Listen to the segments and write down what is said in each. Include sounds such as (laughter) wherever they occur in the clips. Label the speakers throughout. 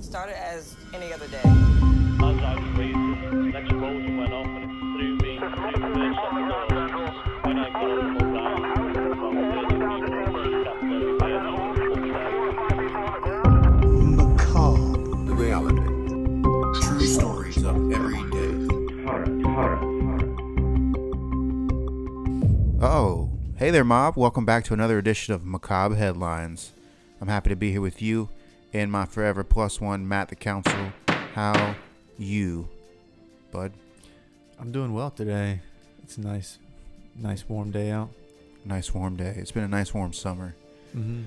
Speaker 1: started as any other day.
Speaker 2: As I was raising, an explosion went off and it threw me through the second door. When I got up and around, about 30 people were seated after me, and I was upstairs.
Speaker 3: Macabre.
Speaker 4: The reality. True stories of every day.
Speaker 5: Oh, hey there, mob. Welcome back to another edition of Macabre Headlines. I'm happy to be here with you and my forever plus one, Matt the Council. How you, bud?
Speaker 3: I'm doing well today. It's a nice, nice warm day out.
Speaker 5: Nice warm day. It's been a nice warm summer.
Speaker 3: Mm-hmm.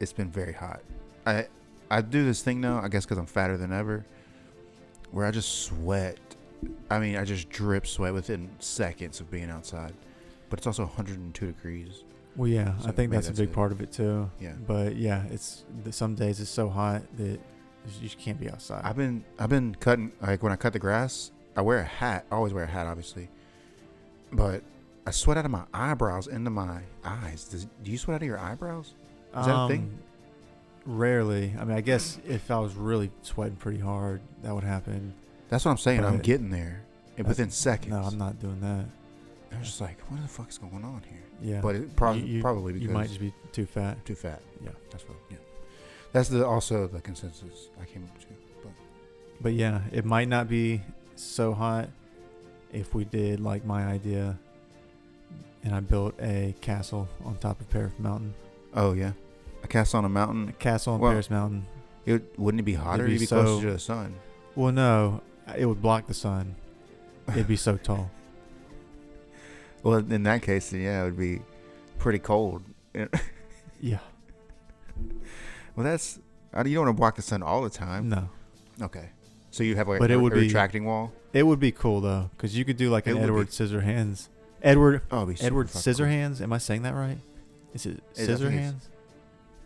Speaker 5: It's been very hot. I I do this thing now, I guess because I'm fatter than ever, where I just sweat. I mean, I just drip sweat within seconds of being outside. But it's also 102 degrees.
Speaker 3: Well, yeah,
Speaker 5: So
Speaker 3: I think
Speaker 5: maybe
Speaker 3: that's,
Speaker 5: that's
Speaker 3: a big
Speaker 5: it.
Speaker 3: part of it too.
Speaker 5: Yeah.
Speaker 3: But yeah, it's th- some days it's so hot that you just can't be outside.
Speaker 5: I've been I've been cutting like when I cut the grass, I wear a hat. I always wear a hat, obviously. But I sweat out of my eyebrows into my eyes. Does, do you sweat out of your eyebrows? Is that a thing?
Speaker 3: Um, Rarely. I mean, I guess if I was really sweating pretty hard, that would happen.
Speaker 5: That's what I'm saying. I'm
Speaker 3: But-
Speaker 5: getting there and within seconds.
Speaker 3: No, I'm not doing that.
Speaker 5: I was just like, what the fuck is going on here?
Speaker 3: Yeah.
Speaker 5: But it prob- probably because
Speaker 3: you might just be too fat.
Speaker 5: too fat.
Speaker 3: Yeah.
Speaker 5: That's what. Yeah. That's the also the consensus I came up to. But
Speaker 3: But yeah, it might not be so hot if we did like my idea and I built a castle on top of Paris Mountain.
Speaker 5: oh yeah, a castle on a mountain.
Speaker 3: A castle on
Speaker 5: Well-
Speaker 3: Paris Mountain.
Speaker 5: It would- wouldn't it be hotter?
Speaker 3: be
Speaker 5: You'd be
Speaker 3: so-
Speaker 5: closer to the sun.
Speaker 3: Well, no, it would block the sun. It'd be so tall.
Speaker 5: (laughs) Well, in that case, then, yeah, it would be pretty cold.
Speaker 3: Yeah.
Speaker 5: Well, that's I- you don't want to block the sun all the time.
Speaker 3: No.
Speaker 5: Okay, so you have like
Speaker 3: But
Speaker 5: a,
Speaker 3: it would
Speaker 5: a
Speaker 3: be-
Speaker 5: retracting wall.
Speaker 3: It would be cool though cuz you could do like
Speaker 5: It
Speaker 3: an
Speaker 5: would be-
Speaker 3: Edward Scissorhands. Edward
Speaker 5: Oh, it'd be super
Speaker 3: Edward
Speaker 5: fucking
Speaker 3: Scissorhands, am I saying that right? Is it
Speaker 5: It- I think
Speaker 3: Scissorhands?
Speaker 5: it's- cool.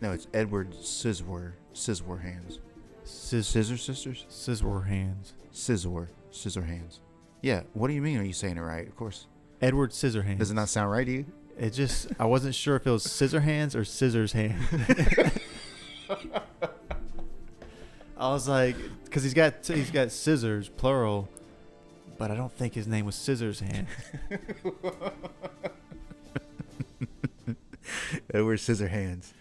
Speaker 5: No, it's Edward Scissor Scissor Hands.
Speaker 3: Scis-
Speaker 5: Scissor sisters.
Speaker 3: Scissorhands.
Speaker 5: Scissor Scissor Hands. Yeah. What do you mean? Are you saying it right? Of course.
Speaker 3: Edward Scissorhands.
Speaker 5: Does it not sound right to you?
Speaker 3: It just I wasn't sure if it was scissor hands or scissors hand.
Speaker 5: (laughs)
Speaker 3: I was like, because he's got he's got scissors plural, but I don't think his name was scissors hand.
Speaker 5: Edward Scissor Hands.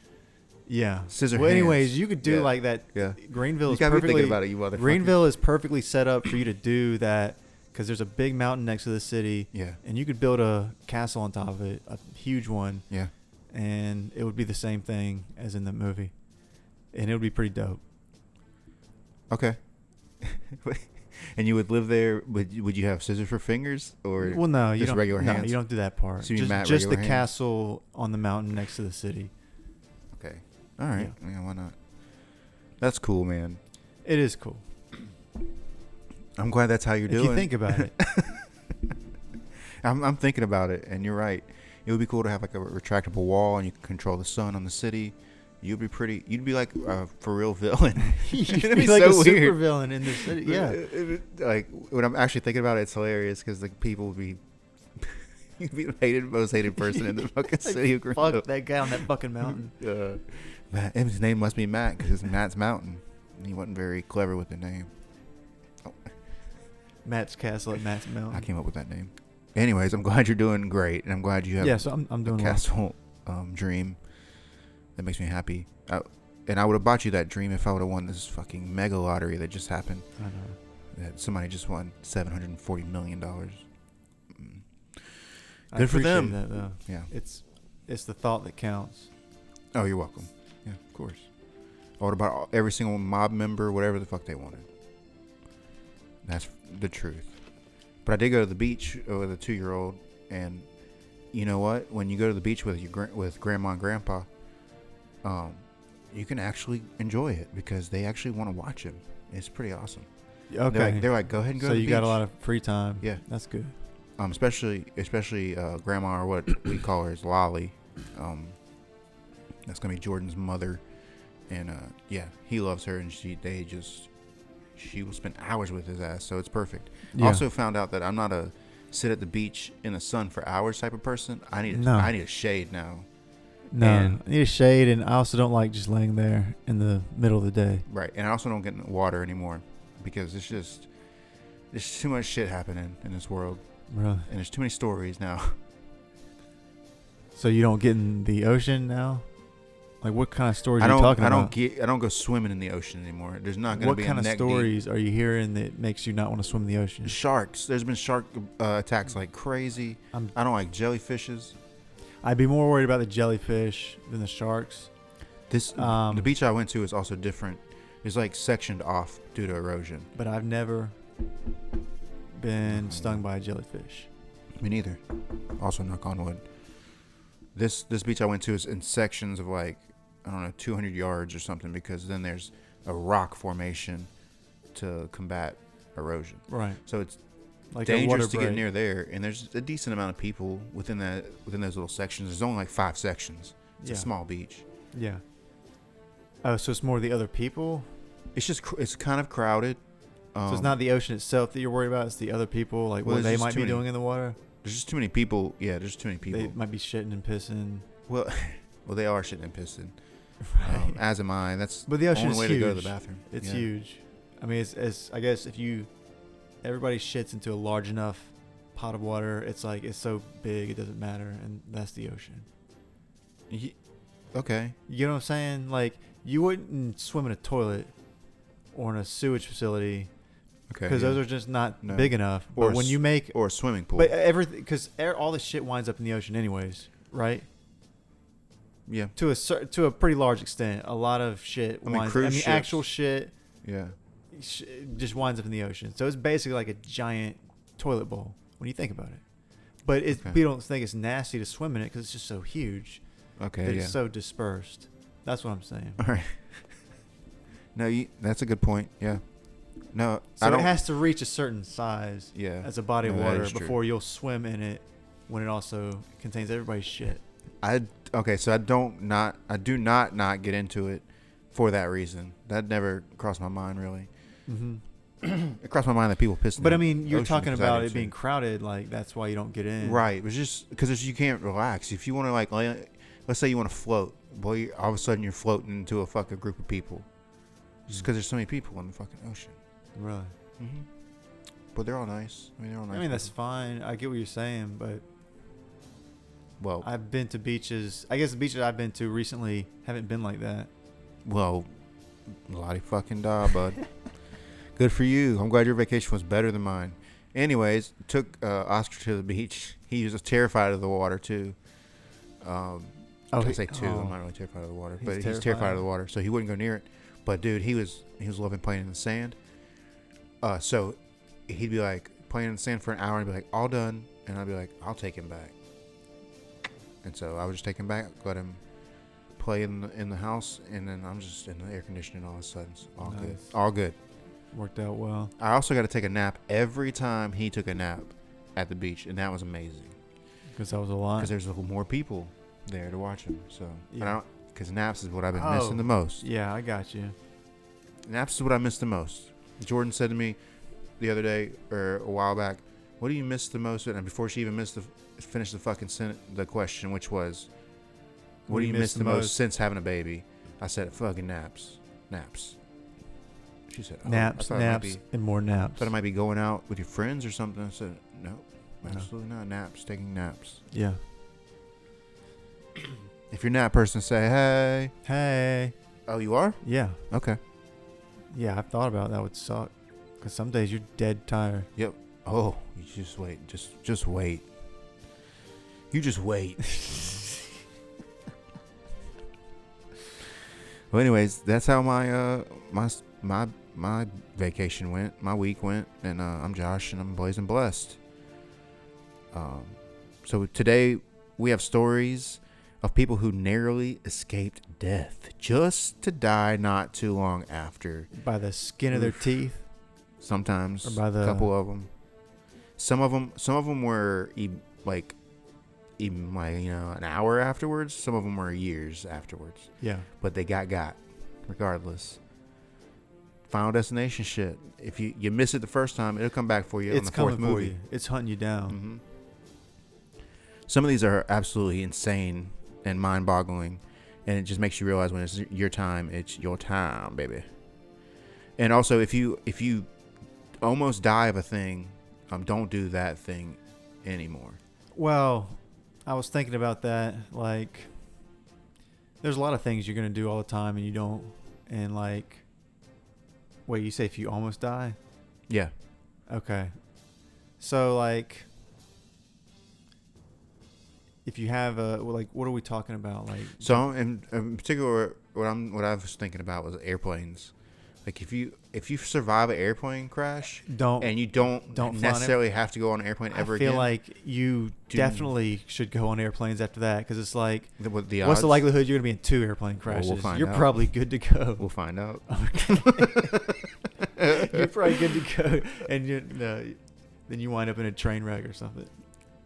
Speaker 3: Yeah,
Speaker 5: Scissor
Speaker 3: Well,
Speaker 5: hands.
Speaker 3: anyways, you could do
Speaker 5: Yeah.
Speaker 3: like that.
Speaker 5: Yeah.
Speaker 3: Greenville
Speaker 5: You
Speaker 3: is
Speaker 5: got me thinking
Speaker 3: perfectly
Speaker 5: about it, you motherfucker.
Speaker 3: Greenville is perfectly set up for you to do that because there's a big mountain next to the city.
Speaker 5: Yeah.
Speaker 3: and you could build a castle on top of it, a huge one.
Speaker 5: Yeah.
Speaker 3: and it would be the same thing as in the movie, and it would be pretty dope.
Speaker 5: Okay. (laughs) and you would live there. Would would you have scissors for fingers or
Speaker 3: Well, no, you
Speaker 5: just
Speaker 3: don't.
Speaker 5: regular
Speaker 3: no,
Speaker 5: hands?
Speaker 3: you don't do that part.
Speaker 5: So you
Speaker 3: just
Speaker 5: mean Matt
Speaker 3: just the
Speaker 5: regular hands?
Speaker 3: castle on the mountain next to the city.
Speaker 5: Okay. All right. Yeah. why not? That's cool, man.
Speaker 3: It is cool
Speaker 5: I'm glad that's how you're
Speaker 3: if
Speaker 5: doing.
Speaker 3: you think about it.
Speaker 5: (laughs) I'm, I'm thinking about it, and you're right. It would be cool to have like a retractable wall, and you can control the sun on the city. You'd be pretty. You'd be like a for
Speaker 3: (laughs)
Speaker 5: real villain. (laughs)
Speaker 3: You'd
Speaker 5: It'd
Speaker 3: be like a
Speaker 5: so
Speaker 3: super
Speaker 5: weird.
Speaker 3: villain in the city. Yeah,
Speaker 5: It- it- it- Like when I'm actually thinking about it, it's hilarious because like people would be. (laughs) You'd be the hated, most hated person
Speaker 3: (laughs)
Speaker 5: in the fucking city of Greenville.
Speaker 3: fuck
Speaker 5: (laughs)
Speaker 3: that guy on that fucking mountain.
Speaker 5: Uh, Matt, his name must be Matt because it's Matt's Mountain. And he wasn't very clever with the name. Oh.
Speaker 3: Matt's castle at Matt's mountain.
Speaker 5: I came up with that name. Anyways, I'm glad you're doing great, and I'm glad you have
Speaker 3: Yeah, so I'm, I'm
Speaker 5: a
Speaker 3: doing well.
Speaker 5: castle um, dream. That makes me happy. I, and I would have bought you that dream if I would have won this fucking mega lottery that just happened.
Speaker 3: I know.
Speaker 5: That somebody just won seven hundred and forty million dollars.
Speaker 3: I
Speaker 5: Good for
Speaker 3: appreciate
Speaker 5: them.
Speaker 3: That, though.
Speaker 5: Yeah.
Speaker 3: It's it's the thought that counts.
Speaker 5: Oh, you're welcome. Yeah, of course. I would have bought all- every single mob member whatever the fuck they wanted. That's the truth. But I did go to the beach with a two-year-old, and you know what? When you go to the beach with your gran- with grandma and grandpa, um, you can actually enjoy it because they actually want to watch him. It's pretty awesome.
Speaker 3: Okay.
Speaker 5: They're like, they're like go ahead and go.
Speaker 3: so
Speaker 5: to the
Speaker 3: you got a
Speaker 5: beach."
Speaker 3: lot of free time.
Speaker 5: Yeah.
Speaker 3: That's good.
Speaker 5: um, especially especially uh, grandma or what we (coughs) call her is Lolly. Um, that's gonna be Jordan's mother, and uh, yeah, he loves her, and she they just she will spend hours with his ass, so it's perfect.
Speaker 3: Yeah.
Speaker 5: Also found out that I'm not a sit at the beach in the sun for hours type of person. I need a,
Speaker 3: No.
Speaker 5: I need a shade now.
Speaker 3: No,
Speaker 6: And-
Speaker 3: I need a shade, and I also don't like just laying there in the middle of the day.
Speaker 5: Right, and I also don't get in the water anymore because it's just there's too much shit happening in this world,
Speaker 3: Really.
Speaker 5: and there's too many stories now. (laughs)
Speaker 3: So you don't get in the ocean now? Like what kind of stories
Speaker 5: I
Speaker 3: are you
Speaker 5: don't.
Speaker 3: talking
Speaker 5: I
Speaker 3: about?
Speaker 5: don't get. I don't go swimming in the ocean anymore. There's not going to
Speaker 3: what
Speaker 5: be a
Speaker 3: kind of
Speaker 5: neck deep-
Speaker 3: stories are you hearing that makes you not want to swim in the ocean?
Speaker 5: Sharks. There's been shark uh, attacks like crazy.
Speaker 3: I'm-
Speaker 5: I don't like jellyfishes.
Speaker 3: I'd be more worried about the jellyfish than the sharks.
Speaker 5: This
Speaker 3: Um,
Speaker 5: the beach I went to is also different. It's like sectioned off due to erosion.
Speaker 3: But I've never
Speaker 5: Mm.
Speaker 3: been stung by a jellyfish.
Speaker 5: Me neither. Also, knock on wood. This this beach I went to is in sections of like I don't know 200 yards or something because then there's a rock formation to combat erosion.
Speaker 3: Right.
Speaker 5: So it's
Speaker 3: Like a water
Speaker 5: dangerous to
Speaker 3: break.
Speaker 5: get near there, and there's a decent amount of people within that within those little sections. There's only like five sections. It's a
Speaker 3: Yeah.
Speaker 5: small beach.
Speaker 3: Yeah. Oh, so it's more the other people.
Speaker 5: It's just cr- it's kind of crowded. Um,
Speaker 3: so it's not the ocean itself that you're worried about. It's the other people, like
Speaker 5: Well,
Speaker 3: what
Speaker 5: there's
Speaker 3: they
Speaker 5: just
Speaker 3: might
Speaker 5: too
Speaker 3: be
Speaker 5: many
Speaker 3: doing in the water.
Speaker 5: There's just too many people. Yeah, there's too many people.
Speaker 3: They might be shitting and
Speaker 5: (laughs)
Speaker 3: pissing.
Speaker 5: well, well, they are shitting and pissing.
Speaker 3: (laughs) Right. (laughs)
Speaker 5: Um, as am I. That's
Speaker 3: But the ocean
Speaker 5: only
Speaker 3: is
Speaker 5: way
Speaker 3: huge.
Speaker 5: to go to the bathroom.
Speaker 3: It's
Speaker 5: Yeah.
Speaker 3: huge. I mean, it's, it's I guess if you everybody shits into a large enough pot of water, it's like it's so big it doesn't matter, and that's the ocean.
Speaker 5: Ye- Okay.
Speaker 3: You know what I'm saying? Like you wouldn't swim in a toilet or in a sewage facility
Speaker 5: Okay.
Speaker 3: because
Speaker 5: yeah.
Speaker 3: those are just not
Speaker 5: No.
Speaker 3: big enough.
Speaker 5: Or
Speaker 3: Or when
Speaker 5: s-
Speaker 3: you make,
Speaker 5: or a swimming pool.
Speaker 3: but uh, everything because all the shit winds up in the ocean anyways, right?
Speaker 5: yeah.
Speaker 3: To a cer- to a pretty large extent, a lot of shit
Speaker 5: I mean,
Speaker 3: winds.
Speaker 5: cruise
Speaker 3: I mean,
Speaker 5: ships-
Speaker 3: actual shit.
Speaker 5: Yeah.
Speaker 3: sh- just winds up in the ocean. So it's basically like a giant toilet bowl when you think about it. But it,
Speaker 5: Okay.
Speaker 3: we don't think it's nasty to swim in it because it's just so huge.
Speaker 5: Okay.
Speaker 3: that
Speaker 5: Yeah.
Speaker 3: It's so dispersed. That's what I'm saying.
Speaker 5: (laughs) All right. (laughs) no, you, that's a good point. Yeah. No,
Speaker 3: So
Speaker 5: I don't.
Speaker 3: it has to reach a certain size
Speaker 5: yeah.
Speaker 3: as a body of
Speaker 5: No, that
Speaker 3: water
Speaker 5: is true.
Speaker 3: before you'll swim in it when it also contains everybody's shit.
Speaker 5: I okay. So I don't not. I do not not get into it for that reason. That never crossed my mind really.
Speaker 3: hmm
Speaker 5: (clears throat) It crossed my mind that people pissed. in
Speaker 3: But
Speaker 5: the
Speaker 3: I mean, you're
Speaker 5: ocean
Speaker 3: talking
Speaker 5: 'cause I
Speaker 3: about
Speaker 5: do
Speaker 3: it
Speaker 5: too.
Speaker 3: being crowded. Like, that's why you don't get in.
Speaker 5: Right. It was just because you can't relax. If you want to, like, lay, let's say you want to float, boy, all of a sudden you're floating into a fucking group of people. Just because there's so many people in the fucking ocean.
Speaker 3: Really.
Speaker 5: Mm-hmm. But they're all nice. I mean, they're all nice.
Speaker 3: I mean, that's
Speaker 5: people.
Speaker 3: fine. I get what you're saying, but
Speaker 5: well,
Speaker 3: I've been to beaches. I guess the beaches I've been to recently haven't been like that.
Speaker 5: well, lottie fucking da,
Speaker 3: (laughs)
Speaker 5: bud. Good for you. I'm glad your vacation was better than mine. Anyways, took uh, Oscar to the beach. He was terrified of the water too. Um,
Speaker 3: Oh,
Speaker 5: I
Speaker 3: he-
Speaker 5: say two.
Speaker 3: oh.
Speaker 5: I'm not really terrified of the water,
Speaker 3: He's
Speaker 5: but he's terrified
Speaker 3: terrified.
Speaker 5: of the water, so he wouldn't go near it. But dude, he was he was loving playing in the sand. Uh, so he'd be like playing in the sand for an hour and be like, "All done," and I'd be like, "I'll take him back." And so I would just take him back, let him play in the, in the house, and then I'm just in the air conditioning all of a sudden. It's all good,
Speaker 3: Nice.
Speaker 5: all good.
Speaker 3: Worked out well.
Speaker 5: I also got to take a nap every time he took a nap at the beach, and that was amazing
Speaker 3: Because that was a lot.
Speaker 5: because there's a whole more people there to watch him. So
Speaker 3: Yeah.
Speaker 5: because naps is what I've been
Speaker 3: Oh.
Speaker 5: missing the most.
Speaker 3: Yeah, I got you.
Speaker 5: Naps is what I miss the most. Jordan said to me the other day or a while back, "What do you miss the most?" And before she even missed the finished the fucking sen- the question, which was, "What, do you miss the most, since having a baby?" I said, "Fucking naps, naps." She said, oh, I
Speaker 3: Naps,
Speaker 5: thought it might
Speaker 3: naps,
Speaker 5: be-
Speaker 3: and more naps.
Speaker 5: thought I might be going out with your friends or something. I said, "No,
Speaker 3: No.
Speaker 5: absolutely not. Naps, taking naps.
Speaker 3: yeah.
Speaker 5: If you're a nap person, say hey."
Speaker 3: Hey.
Speaker 5: Oh, you are?
Speaker 3: Yeah.
Speaker 5: Okay.
Speaker 3: Yeah, I've thought about it. that would suck. Because some days you're dead tired.
Speaker 5: Yep. Oh, you just wait. Just just wait. You just wait. well, anyways, that's how my uh my s- my my vacation went. My week went, and uh, I'm Josh, and I'm blazing blessed. Um, so today we have stories of people who narrowly escaped death just to die not too long after
Speaker 3: By the skin of their teeth.
Speaker 5: sometimes
Speaker 3: Or by the-
Speaker 5: a couple of them some of them some of them were e- like even like you know an hour afterwards some of them were years afterwards
Speaker 3: Yeah.
Speaker 5: but they got got regardless final destination shit if you you miss it the first time it'll come back for you on
Speaker 3: it's
Speaker 5: the fourth
Speaker 3: coming for
Speaker 5: movie Mm-hmm.
Speaker 3: you. It's hunting you down.
Speaker 5: hmm some of these are absolutely insane and mind boggling. And it just makes you realize when it's your time, it's your time, baby. And also, if you if you almost die of a thing, um, don't do that thing anymore.
Speaker 3: Well, I was thinking about that. Like, there's a lot of things you're gonna do all the time, and you don't. And like, wait, you say if you almost die?
Speaker 5: Yeah,
Speaker 3: Okay. So like, if you have a well, like, what are we talking about? Like,
Speaker 5: So in, in particular, what I'm what I was thinking about was airplanes. Like if you if you survive an airplane crash,
Speaker 3: Don't-
Speaker 5: and you don't
Speaker 3: don't
Speaker 5: don't
Speaker 3: fly on it.
Speaker 5: necessarily have to go on an airplane ever
Speaker 3: I feel
Speaker 5: again.
Speaker 3: like you
Speaker 5: Do-
Speaker 3: definitely should go on airplanes after that because it's like,
Speaker 5: The- what the
Speaker 3: what's the
Speaker 5: odds?
Speaker 3: likelihood you're gonna be in two airplane
Speaker 5: Well, we'll
Speaker 3: crashes?
Speaker 5: find
Speaker 3: you're
Speaker 5: out.
Speaker 3: probably good to go.
Speaker 5: we'll find out.
Speaker 3: (laughs) you're probably good to
Speaker 5: (laughs)
Speaker 3: go, and you no, then you wind up in a train wreck or something.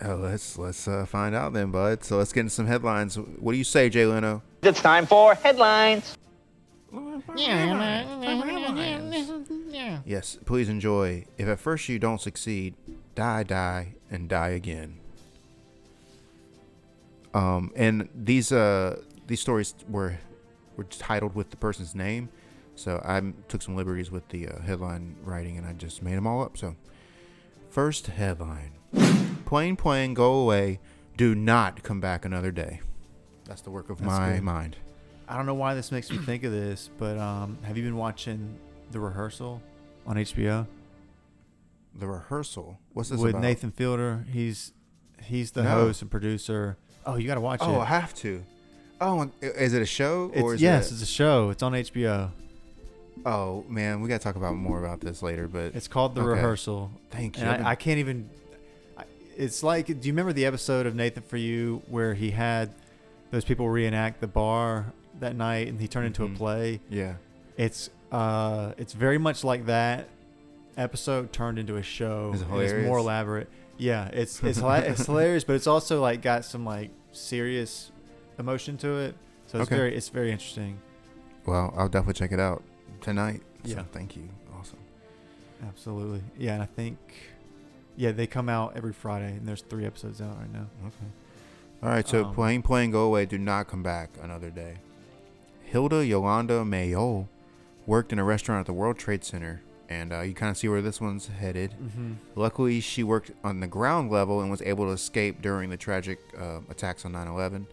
Speaker 5: Oh, let's let's uh, find out then, bud. So let's get into some headlines. What do you say, Jay Leno?
Speaker 1: It's time for headlines.
Speaker 5: Yes, please enjoy. If at first you don't succeed, die, die, and die again. Um, and these uh these stories were were titled with the person's name, so I took some liberties with the uh, headline writing, and I just made them all up. So, first headline: Plane, plane, go away. Do not come back another day. That's the work of my
Speaker 3: good.
Speaker 5: mind.
Speaker 3: I don't know why this makes me think of this, but um, have you been watching the rehearsal on HBO
Speaker 5: The rehearsal. What's this
Speaker 3: with
Speaker 5: about?
Speaker 3: Nathan Fielder? He's he's the
Speaker 5: No.
Speaker 3: host and producer. Oh, you gotta watch it.
Speaker 5: Oh, I have to. Oh, and- i- is it a show
Speaker 3: It's-
Speaker 5: or is
Speaker 3: yes,
Speaker 5: it?
Speaker 3: it's a show. It's on HBO.
Speaker 5: Oh man, we gotta talk about more about this later. But
Speaker 3: It's called The
Speaker 5: Okay.
Speaker 3: Rehearsal.
Speaker 5: Thank
Speaker 3: And
Speaker 5: you. I've been-
Speaker 3: I, I can't even. I- It's like, do you remember the episode of Nathan for You where he had those people reenact the bar that night, and he turned into
Speaker 5: Mhm.
Speaker 3: a play?
Speaker 5: yeah,
Speaker 3: It's uh, it's very much like that episode turned into a show.
Speaker 5: Is it
Speaker 3: and It's more
Speaker 5: hilarious?
Speaker 3: elaborate. Yeah,
Speaker 5: (laughs)
Speaker 3: it's it's hila- it's hilarious, but it's also like got some like serious emotion to it. So it's
Speaker 5: Okay.
Speaker 3: very it's very interesting.
Speaker 5: well, I'll definitely check it out tonight. So
Speaker 3: Yeah.
Speaker 5: thank you. Awesome.
Speaker 3: Absolutely. Yeah, and I think yeah, they come out every Friday and there's 3 episodes out right now.
Speaker 5: All right, so
Speaker 3: Um,
Speaker 5: plane, plane, go away. Do not come back another day. Hilda Yolanda Mayo worked in a restaurant at the World Trade Center, and uh, you kind of see where this one's headed. Luckily, she worked on the ground level and was able to escape during the tragic uh, attacks on 9 11.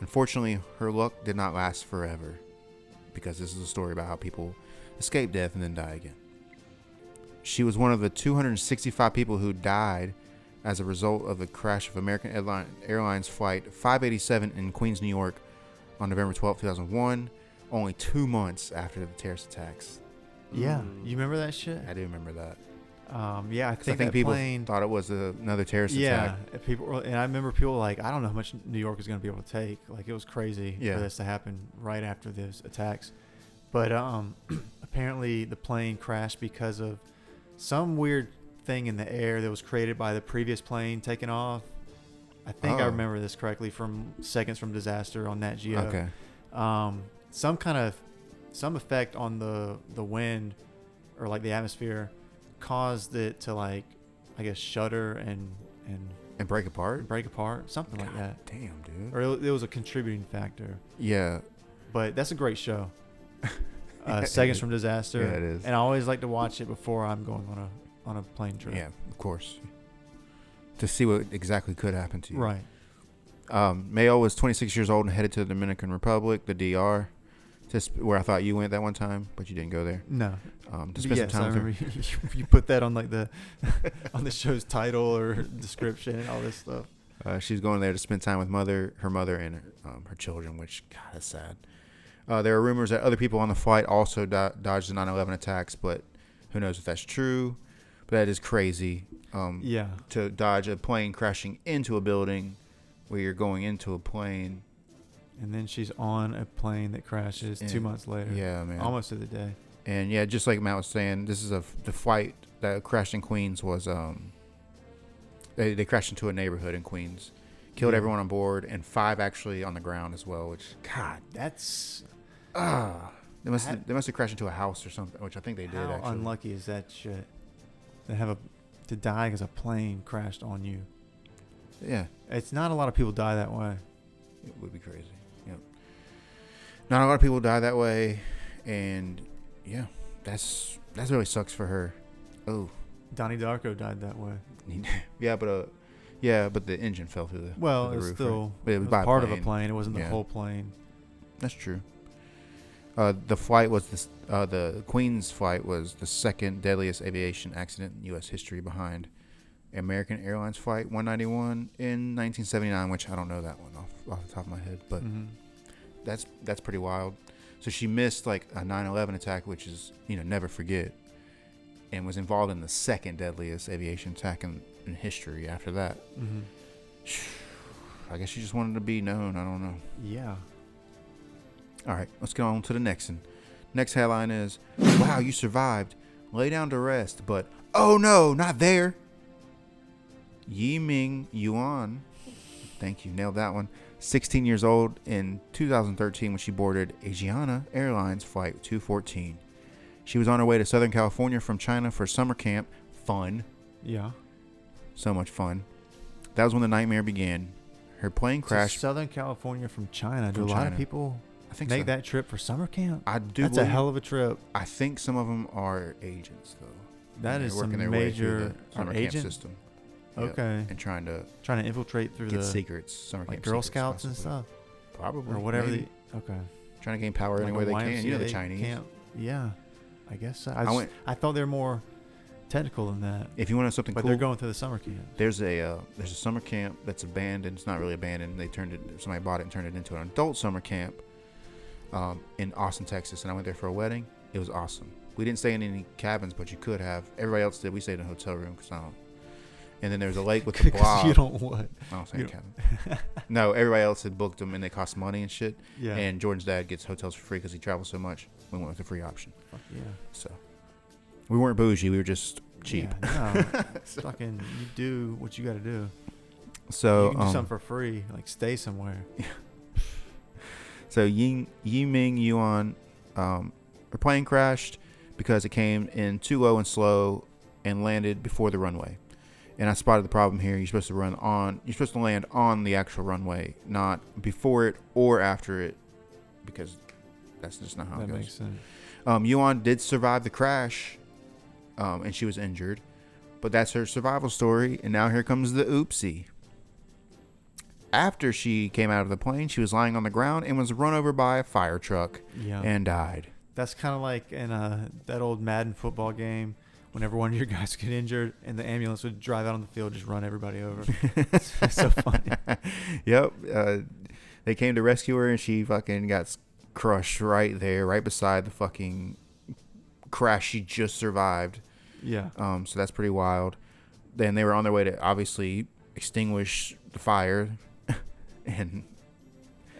Speaker 5: Unfortunately, her luck did not last forever because this is a story about how people escape death and then die again. She was one of the 265 people who died as a result of the crash of American Airline, Airlines Flight 587 in Queens, New York on November 12, 2001, only two months after the terrorist attacks.
Speaker 3: Yeah. You remember that shit?
Speaker 5: I do remember that. 'Cause
Speaker 3: Um yeah, I
Speaker 5: I
Speaker 3: think,
Speaker 5: think
Speaker 3: that
Speaker 5: people
Speaker 3: plane
Speaker 5: thought it was a, another terrorist
Speaker 3: yeah,
Speaker 5: attack.
Speaker 3: and people were- and I remember people were like I don't know how much New York is going to be able to take. Like it was crazy
Speaker 5: Yeah.
Speaker 3: for this to happen right after those attacks. But um (clears throat) apparently the plane crashed because of some weird thing in the air that was created by the previous plane taking off. I think I
Speaker 5: Oh.
Speaker 3: remember this correctly from Seconds from Disaster on that Geo.
Speaker 5: Okay.
Speaker 3: um, some kind of some effect on the the wind or like the atmosphere caused it to like I guess shudder and and
Speaker 5: And break apart?
Speaker 3: break apart something like that
Speaker 5: Damn, dude.
Speaker 3: or it, it was a contributing factor
Speaker 5: Yeah.
Speaker 3: but that's a great
Speaker 5: (laughs)
Speaker 3: show uh,
Speaker 5: it
Speaker 3: seconds
Speaker 5: is.
Speaker 3: from disaster
Speaker 5: Yeah, it is.
Speaker 3: and I always like to watch it before I'm going on a on a plane trip
Speaker 5: Yeah, of course. To see what exactly could happen to you.
Speaker 3: right
Speaker 5: Um, Mayo was 26 years old and headed to the Dominican Republic, the DR, to sp- where I thought you went that one time, but you didn't go there.
Speaker 3: no
Speaker 5: Um, to spend
Speaker 3: yes
Speaker 5: some
Speaker 3: I
Speaker 5: time with her.
Speaker 3: remember you, (laughs) you put that on like the on the show's title or description and all this stuff
Speaker 5: Uh, she's going there to spend time with mother, her mother, and um, her children, which God that's sad. Uh, there are rumors that other people on the flight also di- dodged the 9/11 attacks, but who knows if that's true? But that is crazy. Um,
Speaker 3: yeah
Speaker 5: To dodge a plane crashing into a building, where you're going into a plane.
Speaker 3: And then she's on a plane that crashes two
Speaker 5: And-
Speaker 3: months later.
Speaker 5: yeah, man.
Speaker 3: Almost to the day.
Speaker 5: And yeah, just like Matt was saying, this is a f- the flight that crashed in Queens was um they, they crashed into a neighborhood in Queens, killed
Speaker 3: Yeah.
Speaker 5: everyone on board and five actually on the ground as well. Which God,
Speaker 3: That's
Speaker 5: they must
Speaker 3: That-
Speaker 5: they must have crashed into a house or something, which I think they did.
Speaker 3: how
Speaker 5: actually,
Speaker 3: unlucky is that shit? To have a to die because a plane crashed on you.
Speaker 5: yeah,
Speaker 3: It's not a lot of people die that way.
Speaker 5: It would be crazy. Yep. Not a lot of people die that way, and yeah, that's that really sucks for her. Oh,
Speaker 3: Donnie Darko died that way.
Speaker 5: (laughs) yeah, but uh, yeah, but the engine fell through the through
Speaker 3: Well,
Speaker 5: the
Speaker 3: it's
Speaker 5: roof,
Speaker 3: still
Speaker 5: right? But
Speaker 3: it was
Speaker 5: by
Speaker 3: part of a plane. It wasn't the
Speaker 5: Yeah.
Speaker 3: whole plane.
Speaker 5: That's true. Uh, the flight was this. Uh, the Queen's flight was the second deadliest aviation accident in U.S. history, behind American Airlines Flight 191 in 1979, which I don't know that one off, off the top of my head, but that's that's pretty wild. So she missed like a 9/11 attack, which is you know never forget, and was involved in the second deadliest aviation attack in, in history. After that, (sighs) I guess she just wanted to be known. I don't know.
Speaker 3: Yeah.
Speaker 5: All right, let's go on to the next one. Next headline is Wow, you survived. Lay down to rest, but oh no, not there. Yi Ming Yuan. Thank you, nailed that one. 16 years old in 2013 when she boarded Asiana Airlines Flight 214. She was on her way to Southern California from China for summer camp. Fun.
Speaker 3: Yeah.
Speaker 5: So much fun. That was when the nightmare began. Her plane
Speaker 3: To
Speaker 5: crashed.
Speaker 3: Southern California from China. Do
Speaker 5: From
Speaker 3: a lot
Speaker 5: China.
Speaker 3: of people
Speaker 5: I think
Speaker 3: make
Speaker 5: so.
Speaker 3: that trip for summer camp?
Speaker 5: I do
Speaker 3: That's a
Speaker 5: believe-
Speaker 3: hell of a trip.
Speaker 5: I think some of them are agents though.
Speaker 3: That
Speaker 5: They're
Speaker 3: is some
Speaker 5: way through
Speaker 3: major-
Speaker 5: the
Speaker 3: are
Speaker 5: summer
Speaker 3: agent?
Speaker 5: camp system.
Speaker 3: Okay.
Speaker 5: And trying to
Speaker 3: Trying to infiltrate through
Speaker 5: get
Speaker 3: the
Speaker 5: secrets, summer
Speaker 3: like
Speaker 5: camp
Speaker 3: Girl
Speaker 5: secrets,
Speaker 3: Scouts and
Speaker 5: possibly.
Speaker 3: stuff
Speaker 5: probably
Speaker 3: or whatever.
Speaker 5: maybe.
Speaker 3: The, okay.
Speaker 5: trying to gain power any
Speaker 3: Like
Speaker 5: way
Speaker 3: a
Speaker 5: they can. You know the
Speaker 3: YMCA
Speaker 5: Chinese.
Speaker 3: camp. Yeah. I guess so. I,
Speaker 5: I
Speaker 3: just-
Speaker 5: went-
Speaker 3: I thought they were more technical than that,
Speaker 5: If you want to know something
Speaker 3: but
Speaker 5: cool,
Speaker 3: they're going through the summer camp.
Speaker 5: there's a uh, there's a summer camp that's abandoned. It's not really abandoned. They turned it. Somebody bought it and turned it into an adult summer camp um, in Austin, Texas. And I went there for a wedding. It was awesome. We didn't stay in any cabins, but you could have. Everybody else did. We stayed in a hotel room because I don't. And then there was a lake with
Speaker 3: (laughs)
Speaker 5: a
Speaker 3: 'Cause
Speaker 5: blob.
Speaker 3: you don't what?
Speaker 5: I don't say
Speaker 3: You
Speaker 5: cabin.
Speaker 3: (laughs)
Speaker 5: no, everybody else had booked them, and they cost money and shit.
Speaker 3: Yeah.
Speaker 5: And Jordan's dad gets hotels for free because he travels so much. We went with the free option,
Speaker 3: Fuck yeah.
Speaker 5: so we weren't bougie. We were just cheap.
Speaker 3: Yeah,
Speaker 5: (laughs)
Speaker 3: no. Fucking, you do what you got to do. you
Speaker 5: So,
Speaker 3: can do
Speaker 5: um,
Speaker 3: something for free, like stay somewhere.
Speaker 5: so Ying Yiming Yuan, um, her plane crashed because it came in too low and slow and landed before the runway. And I spotted the problem here. You're supposed to run on. You're supposed to land on the actual runway, not before it or after it, because that's just not how it
Speaker 3: that
Speaker 5: goes.
Speaker 3: makes sense.
Speaker 5: Um, Yuan did survive the crash, um, and she was injured, but that's her survival story. And now here comes the oopsie. After she came out of the plane, she was lying on the ground and was run over by a fire truck
Speaker 3: Yeah.
Speaker 5: and died.
Speaker 3: That's kind of like in uh, that old Madden football game. Whenever one of your guys get injured, and the ambulance would drive out on the field, just run everybody
Speaker 5: (laughs)
Speaker 3: over. it's so funny.
Speaker 5: yep. Uh, they came to rescue her, and she fucking got s- crushed right there, right beside the fucking crash she just survived. (laughs)
Speaker 3: Yeah.
Speaker 5: Um, so that's pretty wild. Then they were on their way to obviously extinguish the fire, (laughs) and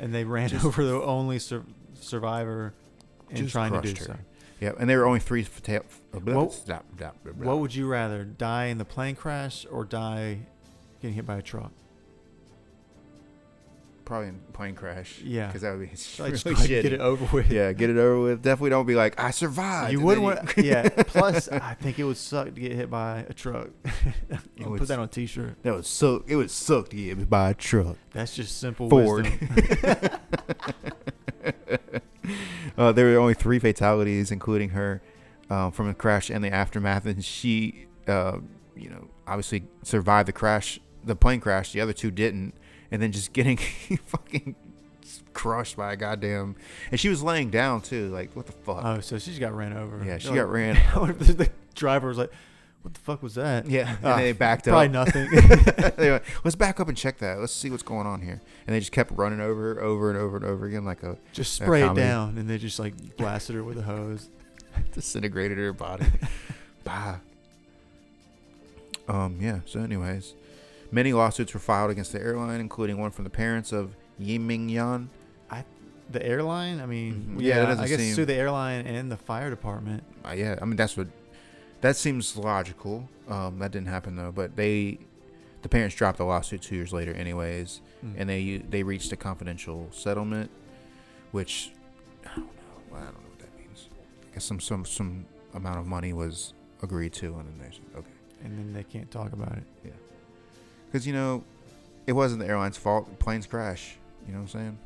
Speaker 3: And they ran over the only sur- survivor and
Speaker 5: just
Speaker 3: trying to do
Speaker 5: crushed
Speaker 3: so.
Speaker 5: her. Yeah, and they were only three. Fata-
Speaker 3: What-
Speaker 5: uh, stop, stop, blah, blah.
Speaker 3: What would you rather, die in the plane crash or die getting hit by a truck?
Speaker 5: probably in plane crash.
Speaker 3: Yeah.
Speaker 5: because that would be (laughs)
Speaker 3: Like, just
Speaker 5: really
Speaker 3: like,
Speaker 5: shitty.
Speaker 3: get it over with.
Speaker 5: Yeah, get it over with. Definitely don't be like I survived.
Speaker 3: You
Speaker 5: and
Speaker 3: would
Speaker 5: then
Speaker 3: want,
Speaker 5: you-
Speaker 3: yeah.
Speaker 5: (laughs)
Speaker 3: Plus, I think it would suck to get hit by a truck. (laughs) I'll
Speaker 5: would
Speaker 3: put that
Speaker 5: s-
Speaker 3: on a t-shirt.
Speaker 5: That would suck. It would suck to get hit by a truck.
Speaker 3: That's just simple
Speaker 5: Ford.
Speaker 3: wisdom.
Speaker 5: (laughs)
Speaker 3: (laughs)
Speaker 5: (laughs) Uh, there were only three fatalities, including her, um, from the crash and the aftermath. And she, uh, you know, obviously survived the crash, the plane crash. The other two didn't, and then just getting (laughs) fucking crushed by a goddamn. And she was laying down too. Like what the fuck? (laughs)
Speaker 3: Oh, so she just got ran over.
Speaker 5: Yeah, she
Speaker 3: They're
Speaker 5: got
Speaker 3: like-
Speaker 5: ran
Speaker 3: (laughs) I wonder if the driver was like, "What the fuck was that?"
Speaker 5: yeah, and
Speaker 3: Ah,
Speaker 5: they backed
Speaker 3: probably
Speaker 5: up. (laughs)
Speaker 3: nothing. (laughs)
Speaker 5: they went, Let's back up and check that. Let's see what's going on here. And they just kept running over, her, over and over and over again, like a
Speaker 3: just
Speaker 5: a
Speaker 3: spray it
Speaker 5: comedy.
Speaker 3: down, and they just like blasted her with a hose.
Speaker 5: disintegrated her (laughs) body. bah. Um, yeah, so anyways. Many lawsuits were filed against the airline, including one from the parents of Yi Mingyan.
Speaker 3: I, the airline. I mean,
Speaker 5: Mhm. Yeah, that doesn't
Speaker 3: I guess
Speaker 5: seem-
Speaker 3: sue the airline and the fire department.
Speaker 5: Uh, yeah, I mean that's what that seems logical. Um, that didn't happen though, but they the parents dropped the lawsuit two years later anyways, and they they reached a confidential settlement, which I don't know. I don't know what that means. I guess some some some amount of money was agreed to, and then they said, okay.
Speaker 3: And then they can't talk about it.
Speaker 5: Because you know, it wasn't the airline's fault. Planes crash. You know what I'm saying?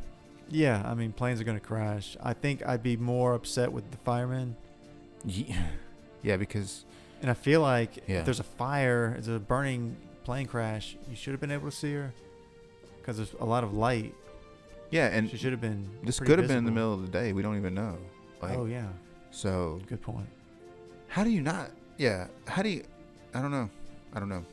Speaker 3: Yeah, I mean, planes are going to crash. I think I'd be more upset with the firemen. (laughs)
Speaker 5: Yeah, yeah because
Speaker 3: And I feel like
Speaker 5: Yeah.
Speaker 3: if there's a fire, it's a burning plane crash, you should have been able to see her because there's a lot of light.
Speaker 5: yeah, and
Speaker 3: she should have been.
Speaker 5: this
Speaker 3: pretty
Speaker 5: could have been in the
Speaker 3: visible.
Speaker 5: middle of the day. We don't even know. Like,
Speaker 3: oh, yeah.
Speaker 5: so
Speaker 3: Good point.
Speaker 5: how do you not? Yeah, how do you? I don't know. I don't know.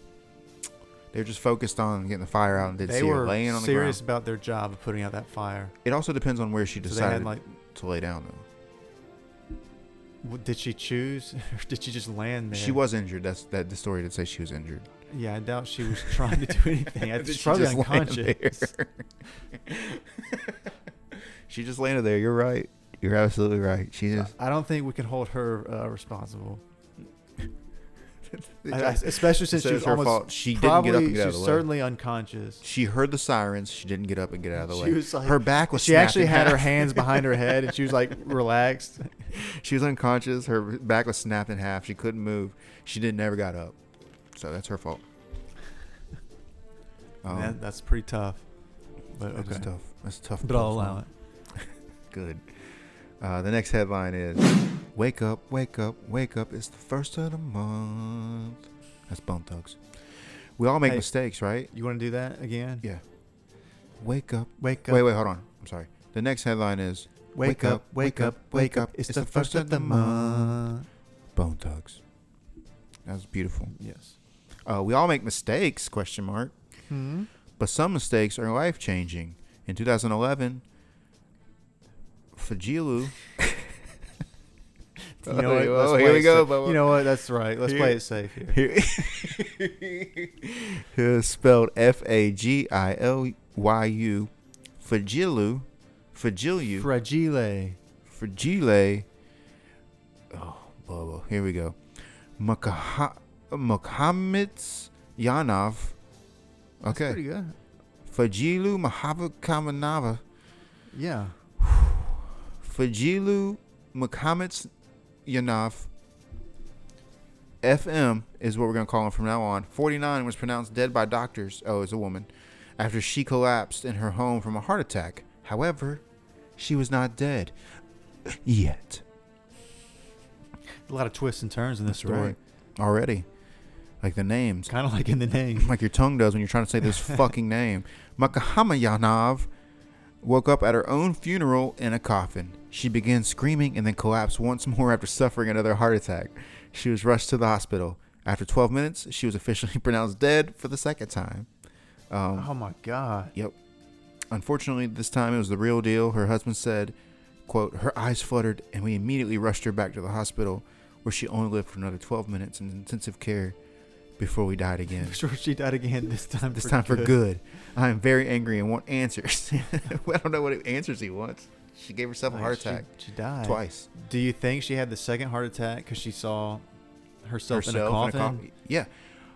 Speaker 5: They were just focused on getting the fire out and did
Speaker 3: They
Speaker 5: see her
Speaker 3: were
Speaker 5: laying on the
Speaker 3: serious
Speaker 5: ground.
Speaker 3: about their job of putting out that fire.
Speaker 5: It also depends on where she
Speaker 3: So they
Speaker 5: decided
Speaker 3: had like,
Speaker 5: to lay down though.
Speaker 3: w- did she choose, (laughs) or did she just land there?
Speaker 5: She was injured. That's that. The story did say she was injured.
Speaker 3: Yeah, I doubt she was trying to
Speaker 5: (laughs)
Speaker 3: do anything. I
Speaker 5: Did
Speaker 3: think
Speaker 5: she
Speaker 3: probably
Speaker 5: just land
Speaker 3: unconscious. (laughs)
Speaker 5: there? (laughs) she just landed there. You're right. You're absolutely right. She just.
Speaker 3: I don't think we can hold her uh, responsible, I- I- especially since
Speaker 5: So
Speaker 3: she was
Speaker 5: it's her
Speaker 3: almost
Speaker 5: fault. She didn't get up
Speaker 3: probably,
Speaker 5: and get out
Speaker 3: she's
Speaker 5: of the way.
Speaker 3: certainly unconscious.
Speaker 5: She heard the sirens. She didn't get up and get out of the
Speaker 3: She
Speaker 5: way.
Speaker 3: was like-
Speaker 5: her back was.
Speaker 3: She actually
Speaker 5: snapped in
Speaker 3: had her
Speaker 5: half.
Speaker 3: hands behind her head, and she was
Speaker 5: (laughs)
Speaker 3: like relaxed.
Speaker 5: She was unconscious. Her back was snapped in half. She couldn't move. She did never got up. So that's her fault. Um,
Speaker 3: That- that's pretty tough, but
Speaker 5: that is
Speaker 3: okay.
Speaker 5: tough. That's tough.
Speaker 3: But I'll
Speaker 5: post,
Speaker 3: allow
Speaker 5: man.
Speaker 3: it.
Speaker 5: Good. Uh, the next headline is Wake up, wake up, wake up. It's the first of the month. That's Bone Thugs. We all make
Speaker 3: Hey.
Speaker 5: mistakes, right?
Speaker 3: You want to do that again?
Speaker 5: Yeah. Wake up.
Speaker 3: Wake
Speaker 5: Wait,
Speaker 3: up.
Speaker 5: wait, hold on. I'm sorry. The next headline is
Speaker 3: Wake up, wake up, wake up. It's the first of the month.
Speaker 5: Bone Thugs. That was beautiful.
Speaker 3: Yes.
Speaker 5: Uh, we all make mistakes, question mark.
Speaker 3: Hmm?
Speaker 5: But some mistakes are life changing. In 2011,
Speaker 3: (laughs)
Speaker 5: Fajilu.
Speaker 3: You know what?
Speaker 5: Oh,
Speaker 3: Let's
Speaker 5: here
Speaker 3: play
Speaker 5: we
Speaker 3: it
Speaker 5: go,
Speaker 3: sa-
Speaker 5: Bubba.
Speaker 3: You
Speaker 5: (laughs)
Speaker 3: know what? That's right. Let's
Speaker 5: Here-
Speaker 3: play it safe here.
Speaker 5: it was spelled F A G I L Y U. Fajilu. Fajilu.
Speaker 3: Fragile.
Speaker 5: Fragile. Oh, Bubba. Here we go. Mukha- Mukhammeds Yanov.
Speaker 3: Pretty
Speaker 5: Okay.
Speaker 3: good.
Speaker 5: Fajilu Mahavakamanava.
Speaker 3: Yeah.
Speaker 5: Fajilu Mukhammeds Yanov. FM is what we're going to call him from now on. 49 was pronounced dead by doctors. Oh, it's a woman. After she collapsed in her home from a heart attack. However, she was not dead. Yet.
Speaker 3: A lot of twists and turns in this story.
Speaker 5: Right. Already. Like the names.
Speaker 3: Kind of like in the name.
Speaker 5: Like your tongue does when you're trying to say this fucking name. Makahama Yanov woke up at her own funeral in a coffin. She began screaming and then collapsed once more after suffering another heart attack. She was rushed to the hospital. After 12 minutes, she was officially (laughs) pronounced dead for the second time.
Speaker 3: Oh my god.
Speaker 5: Yep. Unfortunately, this time it was the real deal. Her husband said, quote, her eyes fluttered and we immediately rushed her back to the hospital where she only lived for another 12 minutes in intensive care before we died again.
Speaker 3: I'm (laughs) sure she died again this time.
Speaker 5: This time for good. I am very angry and want answers. (laughs) I don't know what answers he wants. She gave herself a
Speaker 3: Like,
Speaker 5: heart
Speaker 3: she-
Speaker 5: attack
Speaker 3: She, died
Speaker 5: twice.
Speaker 3: Do you think she had the second heart attack because she saw herself, in a
Speaker 5: Herself
Speaker 3: coffin?
Speaker 5: in a coffin. Yeah.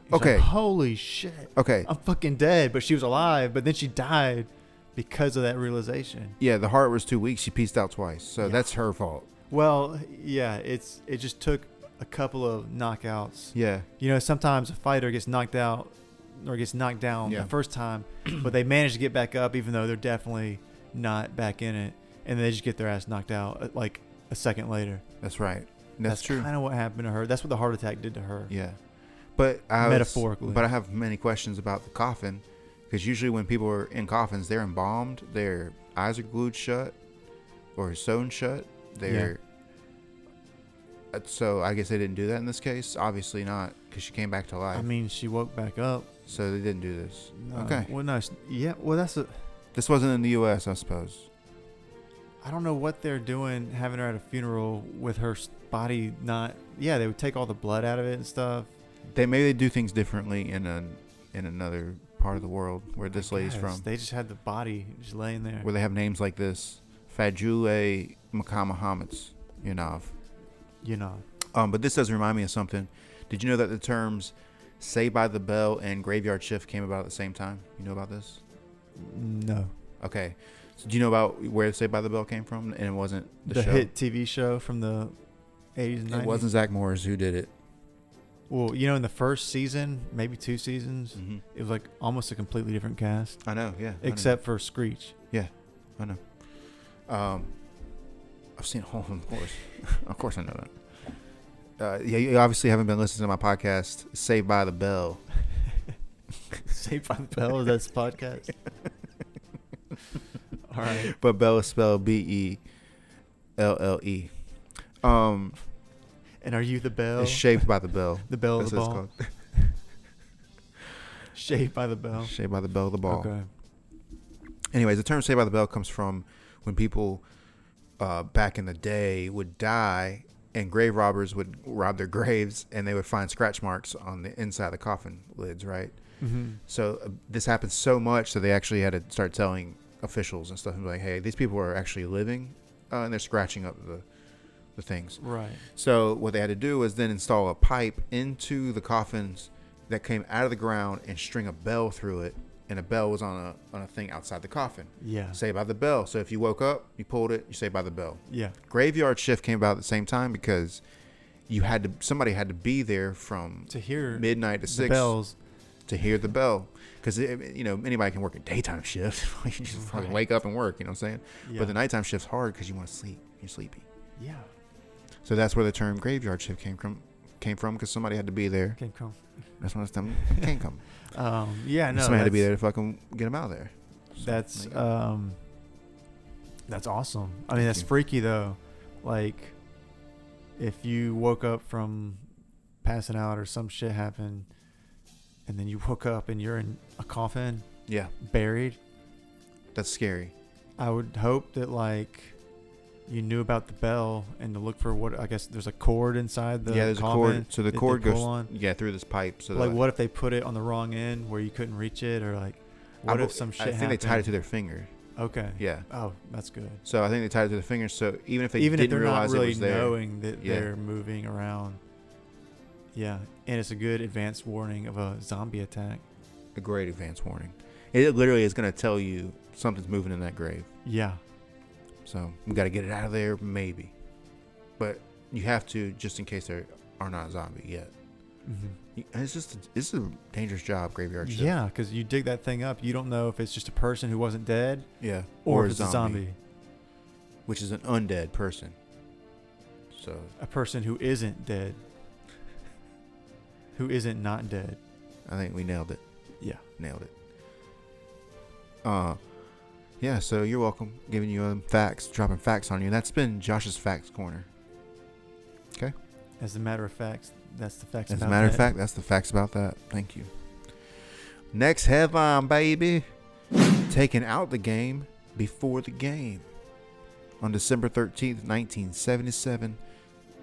Speaker 3: She's like,
Speaker 5: Okay.
Speaker 3: Holy shit.
Speaker 5: Okay.
Speaker 3: I'm fucking dead, but she was alive. But then she died because of that realization.
Speaker 5: Yeah, the heart was too weak. She pieced out twice. So that's her fault.
Speaker 3: Well, yeah. It's it just took a couple of knockouts.
Speaker 5: Yeah.
Speaker 3: You know, sometimes a fighter gets knocked out or gets knocked down
Speaker 5: Yeah.
Speaker 3: the first
Speaker 5: (clears throat)
Speaker 3: time, but they manage to get back up even though they're definitely not back in it, and they just get their ass knocked out uh, like a second later.
Speaker 5: That's right. That's, true.
Speaker 3: Kind of what happened to her. That's what the heart attack did to her.
Speaker 5: Yeah, but I was-
Speaker 3: Metaphorically.
Speaker 5: but I have many questions about the coffin, because usually when people are in coffins, they're embalmed, their eyes are glued shut, or sewn shut. They're Uh, so I guess they didn't do that in this case. Obviously not, because she came back to life.
Speaker 3: I mean, she woke back up.
Speaker 5: so they didn't do this.
Speaker 3: No.
Speaker 5: Okay,
Speaker 3: Well, no. s- Yeah. Well, that's a.
Speaker 5: this wasn't in the U.S. I suppose.
Speaker 3: I don't know what they're doing having her at a funeral with her s- body not. Yeah, they would take all the blood out of it and stuff.
Speaker 5: They maybe they do things differently in an in another part of the world where this lady's
Speaker 3: Yes,
Speaker 5: from,
Speaker 3: They just had the body just laying there.
Speaker 5: where they have names like this, Fajule Makamohameds Yanov.
Speaker 3: you know.
Speaker 5: Um, but this does remind me of something. Did you know that the terms "Say by the Bell" and "Graveyard Shift" came about at the same time? You know about this?
Speaker 3: No.
Speaker 5: Okay. So do you know about where "Say by the Bell" came from? And it wasn't
Speaker 3: The,
Speaker 5: the, show.
Speaker 3: hit TV show from the 80s and 90s.
Speaker 5: It wasn't Zach Morris who did it.
Speaker 3: Well, you know, in the first season, maybe two seasons,
Speaker 5: Mhm.
Speaker 3: it was like almost a completely different cast,
Speaker 5: I know. Yeah. I know. (laughs)
Speaker 3: except for Screech.
Speaker 5: Yeah, I know. Um, I've seen all of them, of course. (laughs) of course, I know that. Uh, yeah, you obviously haven't been listening to my podcast, Saved by the Bell.
Speaker 3: Saved by the Bell is this
Speaker 5: (laughs)
Speaker 3: podcast. All right.
Speaker 5: but Bell is spelled B E L L E. Um,
Speaker 3: And are you the bell?
Speaker 5: it's shaped by the bell.
Speaker 3: (laughs) The bell of
Speaker 5: That's
Speaker 3: the
Speaker 5: what
Speaker 3: ball.
Speaker 5: it's called.
Speaker 3: Shaped by the bell.
Speaker 5: Shaped by the bell of the ball.
Speaker 3: Oh. Okay.
Speaker 5: Anyways, the term "saved by the bell" comes from when people uh, back in the day would die, and grave robbers would rob their graves, and they would find scratch marks on the inside of the coffin lids, right? Mm-hmm. So uh, this happened so much that they actually had to start telling officials and stuff, and be like, "Hey, these people are actually living, uh, and they're scratching up the the things."
Speaker 3: Right.
Speaker 5: So what they had to do was then install a pipe into the coffins that came out of the ground and string a bell through it, and a bell was on a on a thing outside the coffin.
Speaker 3: Yeah.
Speaker 5: Say by the bell. So if you woke up, you pulled it, you say by the bell.
Speaker 3: Yeah.
Speaker 5: Graveyard shift came about at the same time because you had to somebody had to be there from
Speaker 3: To hear
Speaker 5: midnight to
Speaker 3: the
Speaker 5: six
Speaker 3: bells.
Speaker 5: to hear the bell because you know anybody can work a daytime shift. (laughs) you just fucking
Speaker 3: Right.
Speaker 5: wake up and work. You know what I'm saying?
Speaker 3: Yeah.
Speaker 5: But the nighttime shift's hard because you want to sleep. You're sleepy.
Speaker 3: Yeah.
Speaker 5: So that's where the term graveyard shift came from. Came from because somebody had to be there.
Speaker 3: Can come.
Speaker 5: That's when it's
Speaker 3: (laughs)
Speaker 5: time. Can't come.
Speaker 3: Um, yeah. No.
Speaker 5: somebody had to be
Speaker 3: that's-
Speaker 5: there to fucking get him out of there. So,
Speaker 3: That's
Speaker 5: there you go.
Speaker 3: um that's awesome. I mean that's
Speaker 5: you.
Speaker 3: freaky though. Like if you woke up from passing out or some shit happened and then you (laughs) woke up and you're in a coffin
Speaker 5: yeah.
Speaker 3: buried,
Speaker 5: That's scary.
Speaker 3: I would hope that like you knew about the bell and to look for what I guess there's a cord inside the
Speaker 5: yeah, there's
Speaker 3: coffin
Speaker 5: a cord. So the
Speaker 3: that they
Speaker 5: cord
Speaker 3: pull
Speaker 5: goes
Speaker 3: on.
Speaker 5: yeah through this pipe. So
Speaker 3: Like
Speaker 5: that-
Speaker 3: what if they put it on the wrong end where you couldn't reach it or like
Speaker 5: I
Speaker 3: what
Speaker 5: bel-
Speaker 3: if some shit
Speaker 5: I think
Speaker 3: happened?
Speaker 5: they tied it to their finger.
Speaker 3: Okay.
Speaker 5: Yeah.
Speaker 3: Oh, that's good.
Speaker 5: So I think they tied it to their finger. So even if they
Speaker 3: even if
Speaker 5: didn't
Speaker 3: they're not
Speaker 5: realize it
Speaker 3: really
Speaker 5: was there,
Speaker 3: knowing that
Speaker 5: Yeah.
Speaker 3: they're moving around. Yeah, and it's a good advance warning of a zombie attack.
Speaker 5: a great advance warning. It literally is going to tell you something's moving in that grave.
Speaker 3: Yeah,
Speaker 5: So we got to get it out of there, maybe. But you have to just in case they are not a zombie yet. You- and It's just this is a dangerous job, graveyard shift.
Speaker 3: yeah, because you dig that thing up, you don't know if it's just a person who wasn't dead
Speaker 5: yeah,
Speaker 3: or, if it's a zombie,
Speaker 5: which is an undead person. So
Speaker 3: a person who isn't dead, who isn't not dead.
Speaker 5: I think we nailed it.
Speaker 3: Yeah,
Speaker 5: Nailed it. Uh, yeah. So you're welcome. Giving you um, facts, dropping facts on you. That's been Josh's facts corner. Okay.
Speaker 3: as a matter of fact, that's the facts.
Speaker 5: As a
Speaker 3: about
Speaker 5: matter of
Speaker 3: that.
Speaker 5: fact, that's the facts about that. Thank you. Next headline, baby. Taking out the game before the game. On December 13th, 1977,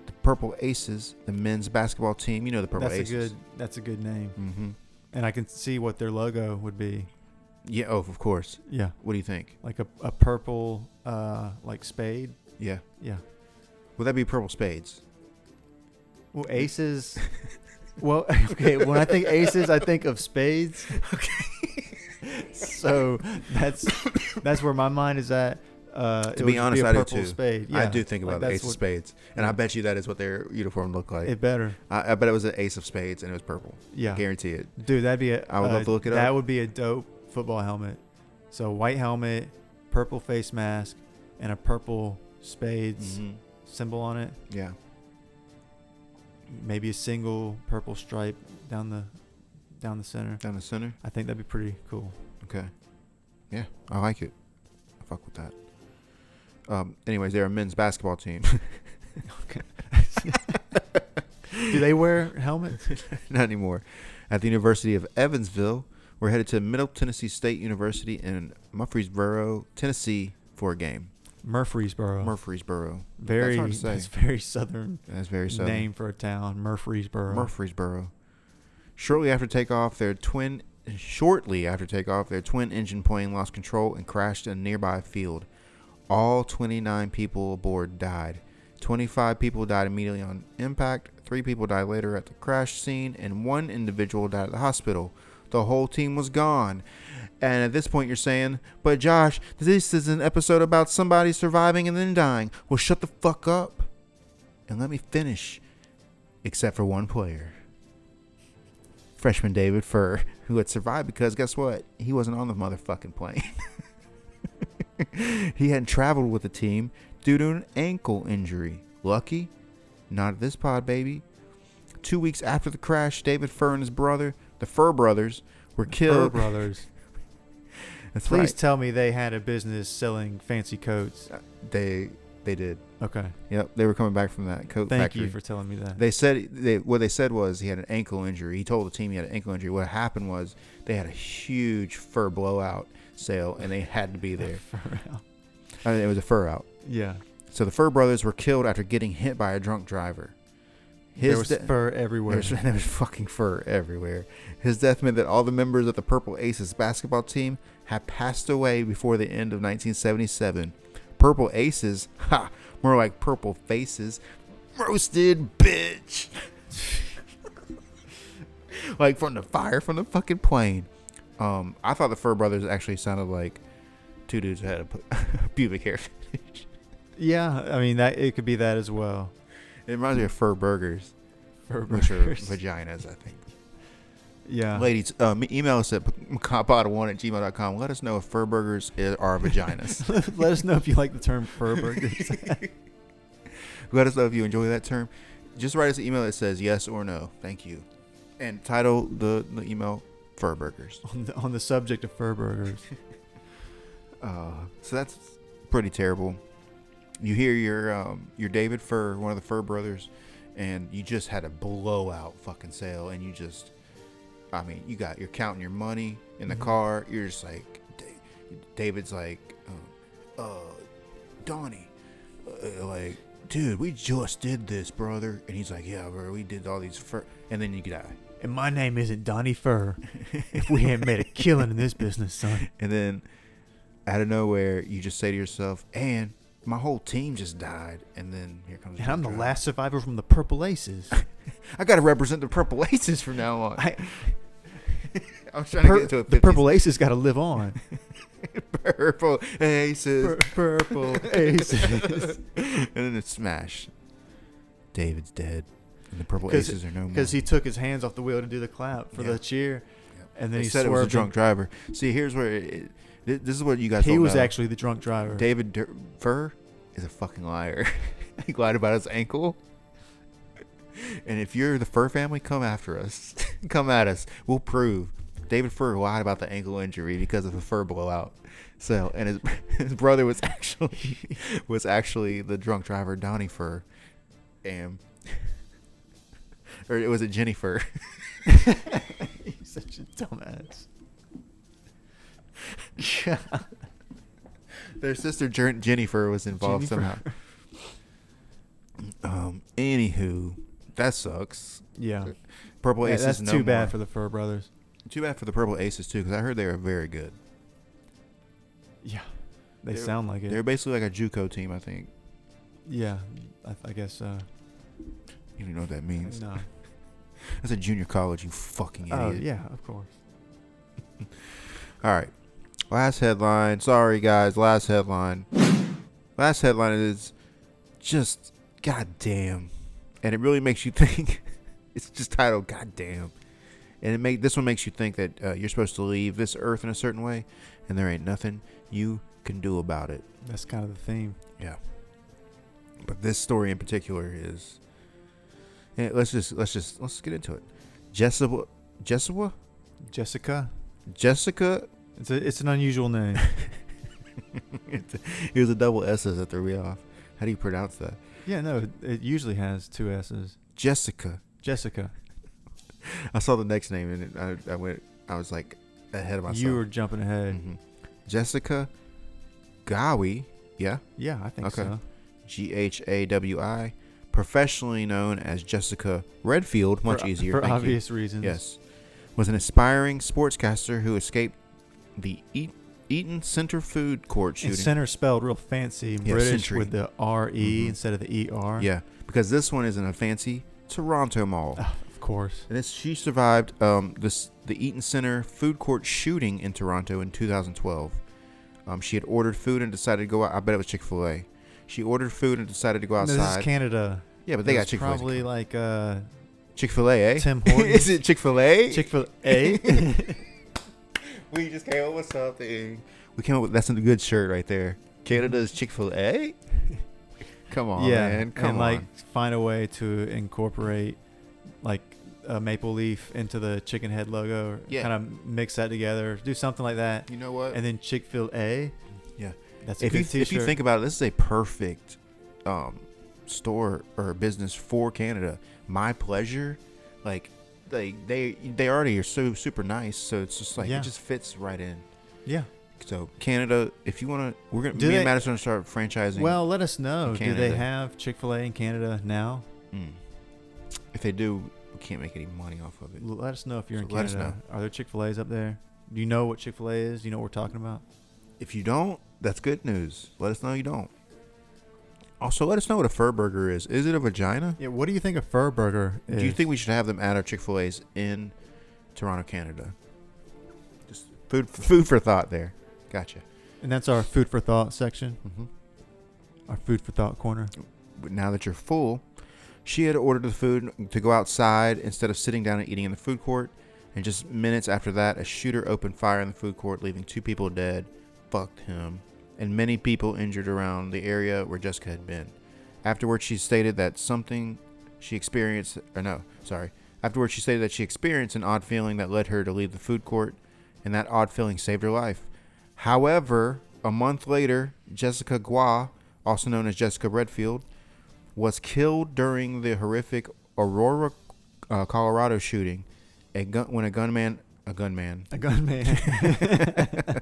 Speaker 5: the Purple Aces, the men's basketball team, you know the Purple
Speaker 3: that's a
Speaker 5: Aces.
Speaker 3: good. That's a good name,
Speaker 5: hmm
Speaker 3: and I can see what their logo would be.
Speaker 5: Yeah, oh, of course.
Speaker 3: Yeah,
Speaker 5: What do you think?
Speaker 3: like a, a purple, uh, like spade.
Speaker 5: Yeah.
Speaker 3: Yeah.
Speaker 5: Would that be Purple Spades?
Speaker 3: Well, aces. well, (laughs) okay. When I think aces, I think of spades. Okay. so that's that's where my mind is at. Uh, it
Speaker 5: To
Speaker 3: would
Speaker 5: be
Speaker 3: just
Speaker 5: honest,
Speaker 3: a
Speaker 5: I do
Speaker 3: purple
Speaker 5: too.
Speaker 3: Spade.
Speaker 5: I
Speaker 3: Yeah,
Speaker 5: do think
Speaker 3: like,
Speaker 5: about the
Speaker 3: that's
Speaker 5: Ace of
Speaker 3: what-
Speaker 5: Spades. And I bet you that is what their uniform looked like.
Speaker 3: It better,
Speaker 5: I, I bet it was an Ace of Spades and it was purple.
Speaker 3: Yeah.
Speaker 5: Guarantee it.
Speaker 3: dude. That'd be a. uh,
Speaker 5: I would love to look it
Speaker 3: That
Speaker 5: up.
Speaker 3: would be a dope football helmet. So white helmet, purple face mask, and a purple spades
Speaker 5: Mhm.
Speaker 3: symbol on it.
Speaker 5: Yeah.
Speaker 3: Maybe a single purple stripe down the down the center.
Speaker 5: Down the center.
Speaker 3: I think that'd be pretty cool.
Speaker 5: Okay. Yeah, I like it. I fuck with that. Um, anyways, they're a men's basketball team.
Speaker 3: (laughs) Do they wear helmets?
Speaker 5: (laughs) Not anymore. At the University of Evansville, we're headed to Middle Tennessee State University in Murfreesboro, Tennessee, for a game.
Speaker 3: Murfreesboro.
Speaker 5: Murfreesboro.
Speaker 3: very
Speaker 5: That's
Speaker 3: that's,
Speaker 5: hard to say.
Speaker 3: very southern
Speaker 5: That's very southern.
Speaker 3: name for a town, Murfreesboro.
Speaker 5: Murfreesboro. Shortly after takeoff, their twin shortly after takeoff, their twin engine plane lost control and crashed in a nearby field. All 29 people aboard died. 25 people died immediately on impact, 3 people died later at the crash scene, and one individual died at the hospital. The whole team was gone. And at this point, you're saying, But Josh, this is an episode about somebody surviving and then dying. Well, shut the fuck up and let me finish except for one player. Freshman David Furr, who had survived because guess what? He wasn't on the motherfucking plane. (laughs) he hadn't traveled with the team due to an ankle injury. Lucky? Not at this pod, baby. Two weeks after the crash, David Fur and his brother, the Fur Brothers, were
Speaker 3: Fur
Speaker 5: killed.
Speaker 3: Brothers.
Speaker 5: (laughs) That's
Speaker 3: Please
Speaker 5: right. Uh,
Speaker 3: tell me they had a business selling fancy coats.
Speaker 5: they they did.
Speaker 3: Okay.
Speaker 5: Yep, they were coming back from that coat
Speaker 3: Thank
Speaker 5: factory.
Speaker 3: you for telling me that.
Speaker 5: They said they what they said was he had an ankle injury. He told the team he had an ankle injury. What happened was they had a huge fur blowout sale, and they had to be
Speaker 3: (laughs)
Speaker 5: there.
Speaker 3: For real.
Speaker 5: I mean, it was a fur out.
Speaker 3: yeah.
Speaker 5: So the Fur brothers were killed after getting hit by a drunk driver. His
Speaker 3: there was
Speaker 5: de-
Speaker 3: fur
Speaker 5: there
Speaker 3: everywhere.
Speaker 5: was, (laughs) there was fucking fur everywhere. His death meant that all the members of the Purple Aces basketball team had passed away before the end of 1977. Purple Aces, (laughs) ha, more like Purple Faces, roasted bitch. (laughs) like from the fire from the fucking plane. Um, I thought the Fur Brothers actually sounded like two dudes who had a pu- (laughs) pubic hair.
Speaker 3: (laughs) yeah, I mean that it could be that as well.
Speaker 5: It reminds me of fur burgers,
Speaker 3: Fur
Speaker 5: which are
Speaker 3: burgers.
Speaker 5: vaginas, I think.
Speaker 3: (laughs) Yeah.
Speaker 5: Ladies, um, email us at macabada1 at gmail.com. Let us know if fur burgers i- are
Speaker 3: (laughs)
Speaker 5: vaginas.
Speaker 3: (laughs) Let us know if you like the term
Speaker 5: (laughs)
Speaker 3: fur burgers. (laughs)
Speaker 5: Let us know if you enjoy that term. Just write us an email that says yes or no. Thank you. And title the, the email fur burgers.
Speaker 3: on, the, on the subject of fur burgers.
Speaker 5: Uh, so that's pretty terrible. You hear your um, your David Fur, one of the Fur brothers, and you just had a blowout fucking sale, and you just, I mean, you got you're counting your money in the car. You're just like, Da- David's like, um, uh, Donnie, uh, like, dude, we just did this, brother, and he's like, yeah, bro, we did all these fur, and then you die.
Speaker 3: And my name isn't Donnie Fur. If we hadn't made a killing in this business, son.
Speaker 5: (laughs) And then out of nowhere, you just say to yourself, and my whole team just died. And then here comes.
Speaker 3: And I'm the
Speaker 5: Johnny.
Speaker 3: last survivor from the Purple Aces.
Speaker 5: (laughs) I got to represent the Purple Aces from now on. I,
Speaker 3: (laughs)
Speaker 5: (laughs)
Speaker 3: I,
Speaker 5: am trying
Speaker 3: pur-
Speaker 5: to get to a 50s.
Speaker 3: the Purple Aces got to live on.
Speaker 5: (laughs) Purple Aces.
Speaker 3: Pur-
Speaker 5: (laughs)
Speaker 3: purple Aces.
Speaker 5: and then it's smash. David's dead. And the Purple
Speaker 3: Because-
Speaker 5: Aces are no more.
Speaker 3: Because he took his hands off the wheel to do the clap for
Speaker 5: Yeah.
Speaker 3: the cheer.
Speaker 5: Yep.
Speaker 3: And then
Speaker 5: they
Speaker 3: he
Speaker 5: said it was a
Speaker 3: swerved
Speaker 5: drunk
Speaker 3: and-
Speaker 5: driver. See, here's where it, it- thi- this is what you guys.
Speaker 3: He
Speaker 5: don't
Speaker 3: was
Speaker 5: know.
Speaker 3: actually the drunk driver. (laughs)
Speaker 5: David Dur- Fur is a fucking liar. (laughs) he lied about his ankle. And if you're the Fur family, come after us. (laughs) come at us. We'll prove David Fur lied about the ankle injury because of a fur blowout. So, and his, (laughs) his brother was actually (laughs) was actually the drunk driver Donnie Fur, and (laughs) or it was a Jenny Fur. (laughs)
Speaker 3: He's such a
Speaker 5: (laughs)
Speaker 3: dumbass.
Speaker 5: Their sister Jer- Jennifer was involved
Speaker 3: Jennifer.
Speaker 5: somehow. Um. Anywho, that sucks.
Speaker 3: Yeah.
Speaker 5: Purple
Speaker 3: Yeah,
Speaker 5: Aces.
Speaker 3: that's
Speaker 5: no
Speaker 3: too
Speaker 5: more.
Speaker 3: bad for the Fur Brothers.
Speaker 5: too bad for the Purple Aces too, because I heard they are very good.
Speaker 3: Yeah. They
Speaker 5: They're-
Speaker 3: sound like it.
Speaker 5: They're basically like a JUCO team, I think.
Speaker 3: Yeah, I, I guess. Uh,
Speaker 5: You don't know what that means.
Speaker 3: no.
Speaker 5: That's a junior college. You fucking idiot.
Speaker 3: Oh yeah, of course.
Speaker 5: All right. Last headline. Sorry, guys. Last headline. Last headline is just goddamn, and it really makes you (laughs) think. it's just titled goddamn, and it make this one makes you think that uh, you're supposed to leave this earth in a certain way, and there ain't nothing you can do about it.
Speaker 3: That's kind of the theme.
Speaker 5: Yeah. But this story in particular is. eh, let's just let's just let's get into it. Jessica, Jessica,
Speaker 3: Jessica.
Speaker 5: Jessica
Speaker 3: It's a, it's an unusual
Speaker 5: (laughs)
Speaker 3: name.
Speaker 5: it was a double S's that threw me off. How do you pronounce that?
Speaker 3: yeah, no, it, it usually has two s's.
Speaker 5: Jessica.
Speaker 3: Jessica.
Speaker 5: I saw the next name and it, I, I went. I was like ahead of myself.
Speaker 3: You were jumping ahead.
Speaker 5: Mhm. Jessica Gawi. Yeah,
Speaker 3: Yeah, I think
Speaker 5: Okay.
Speaker 3: so.
Speaker 5: G H A W I, professionally known as Jessica Redfield. Much
Speaker 3: For-
Speaker 5: easier.
Speaker 3: for
Speaker 5: thank you.
Speaker 3: obvious reasons.
Speaker 5: Yes. Was an aspiring sportscaster who escaped the Eat, Eaton Center food court
Speaker 3: And
Speaker 5: shooting.
Speaker 3: center spelled real fancy and
Speaker 5: Yeah,
Speaker 3: British
Speaker 5: century.
Speaker 3: with the R
Speaker 5: Mhm.
Speaker 3: instead of the E R.
Speaker 5: yeah, because this one is in a fancy
Speaker 3: (laughs)
Speaker 5: Toronto mall.
Speaker 3: Of course.
Speaker 5: And this, she survived um, this, the Eaton Center food court shooting in Toronto in 2012. Um, she had ordered food and decided to go out. I bet it was Chick Fil A. She ordered food and decided to go
Speaker 3: No, this is
Speaker 5: outside.
Speaker 3: Canada.
Speaker 5: yeah, but they
Speaker 3: It
Speaker 5: got
Speaker 3: was
Speaker 5: Chick Fil
Speaker 3: Probably
Speaker 5: A.
Speaker 3: like uh,
Speaker 5: Chick Fil A, eh? (laughs)
Speaker 3: Tim
Speaker 5: is
Speaker 3: Hortons.
Speaker 5: it Chick Fil A? (laughs)
Speaker 3: Chick Fil A.
Speaker 5: we just came up with something. We came up with that's a good shirt right there. Canada's Chick Fil A. (laughs) Come on,
Speaker 3: yeah,
Speaker 5: man. Come
Speaker 3: and
Speaker 5: on.
Speaker 3: like find a way to incorporate like a maple leaf into the chicken head logo, or
Speaker 5: Yeah.
Speaker 3: kind of mix that together, do something like that,
Speaker 5: you know what?
Speaker 3: and then Chick Fil A.
Speaker 5: yeah.
Speaker 3: That's a
Speaker 5: if
Speaker 3: good
Speaker 5: you
Speaker 3: T-shirt.
Speaker 5: if you think about it, this is a perfect um, store or business for Canada. My pleasure, like they they they already are so super nice, so it's just like
Speaker 3: Yeah.
Speaker 5: it just fits right in.
Speaker 3: yeah.
Speaker 5: So Canada, if you want to, we're gonna
Speaker 3: Do
Speaker 5: me
Speaker 3: they-
Speaker 5: and Madison are gonna start franchising.
Speaker 3: Well, let us know. Do they
Speaker 5: Canada.
Speaker 3: have Chick Fil A in Canada now?
Speaker 5: Mm. if they do, we can't make any money off of it.
Speaker 3: L- Let us know if you're in
Speaker 5: So let us
Speaker 3: Canada. Are there Chick Fil A's up there? Do you know what Chick Fil A is? Do you know what we're talking about?
Speaker 5: If you don't, that's good news. Let us know you don't. Also, let us know what a fur burger is. Is it a vagina?
Speaker 3: Yeah. What do you think a fur burger is?
Speaker 5: Do you think we should have them at our Chick Fil A's in Toronto, Canada? Just food, food for thought. There, gotcha.
Speaker 3: And that's our food for thought section.
Speaker 5: Mhm.
Speaker 3: Our food for thought corner.
Speaker 5: But now that you're full, she had ordered the food to go outside instead of sitting down and eating in the food court. And just minutes after that, a shooter opened fire in the food court, leaving two people dead. Fucked him, and many people injured around the area where Jessica had been. Afterwards, she stated that something she experienced, or no, sorry. Afterwards, she stated that she experienced an odd feeling that led her to leave the food court, and that odd feeling saved her life. However, a month later, Jessica Gua, also known as Jessica Redfield, was killed during the horrific Aurora, uh, Colorado shooting, a gun, when a gunman, a gunman.
Speaker 3: (laughs)
Speaker 5: (laughs)
Speaker 3: A gunman.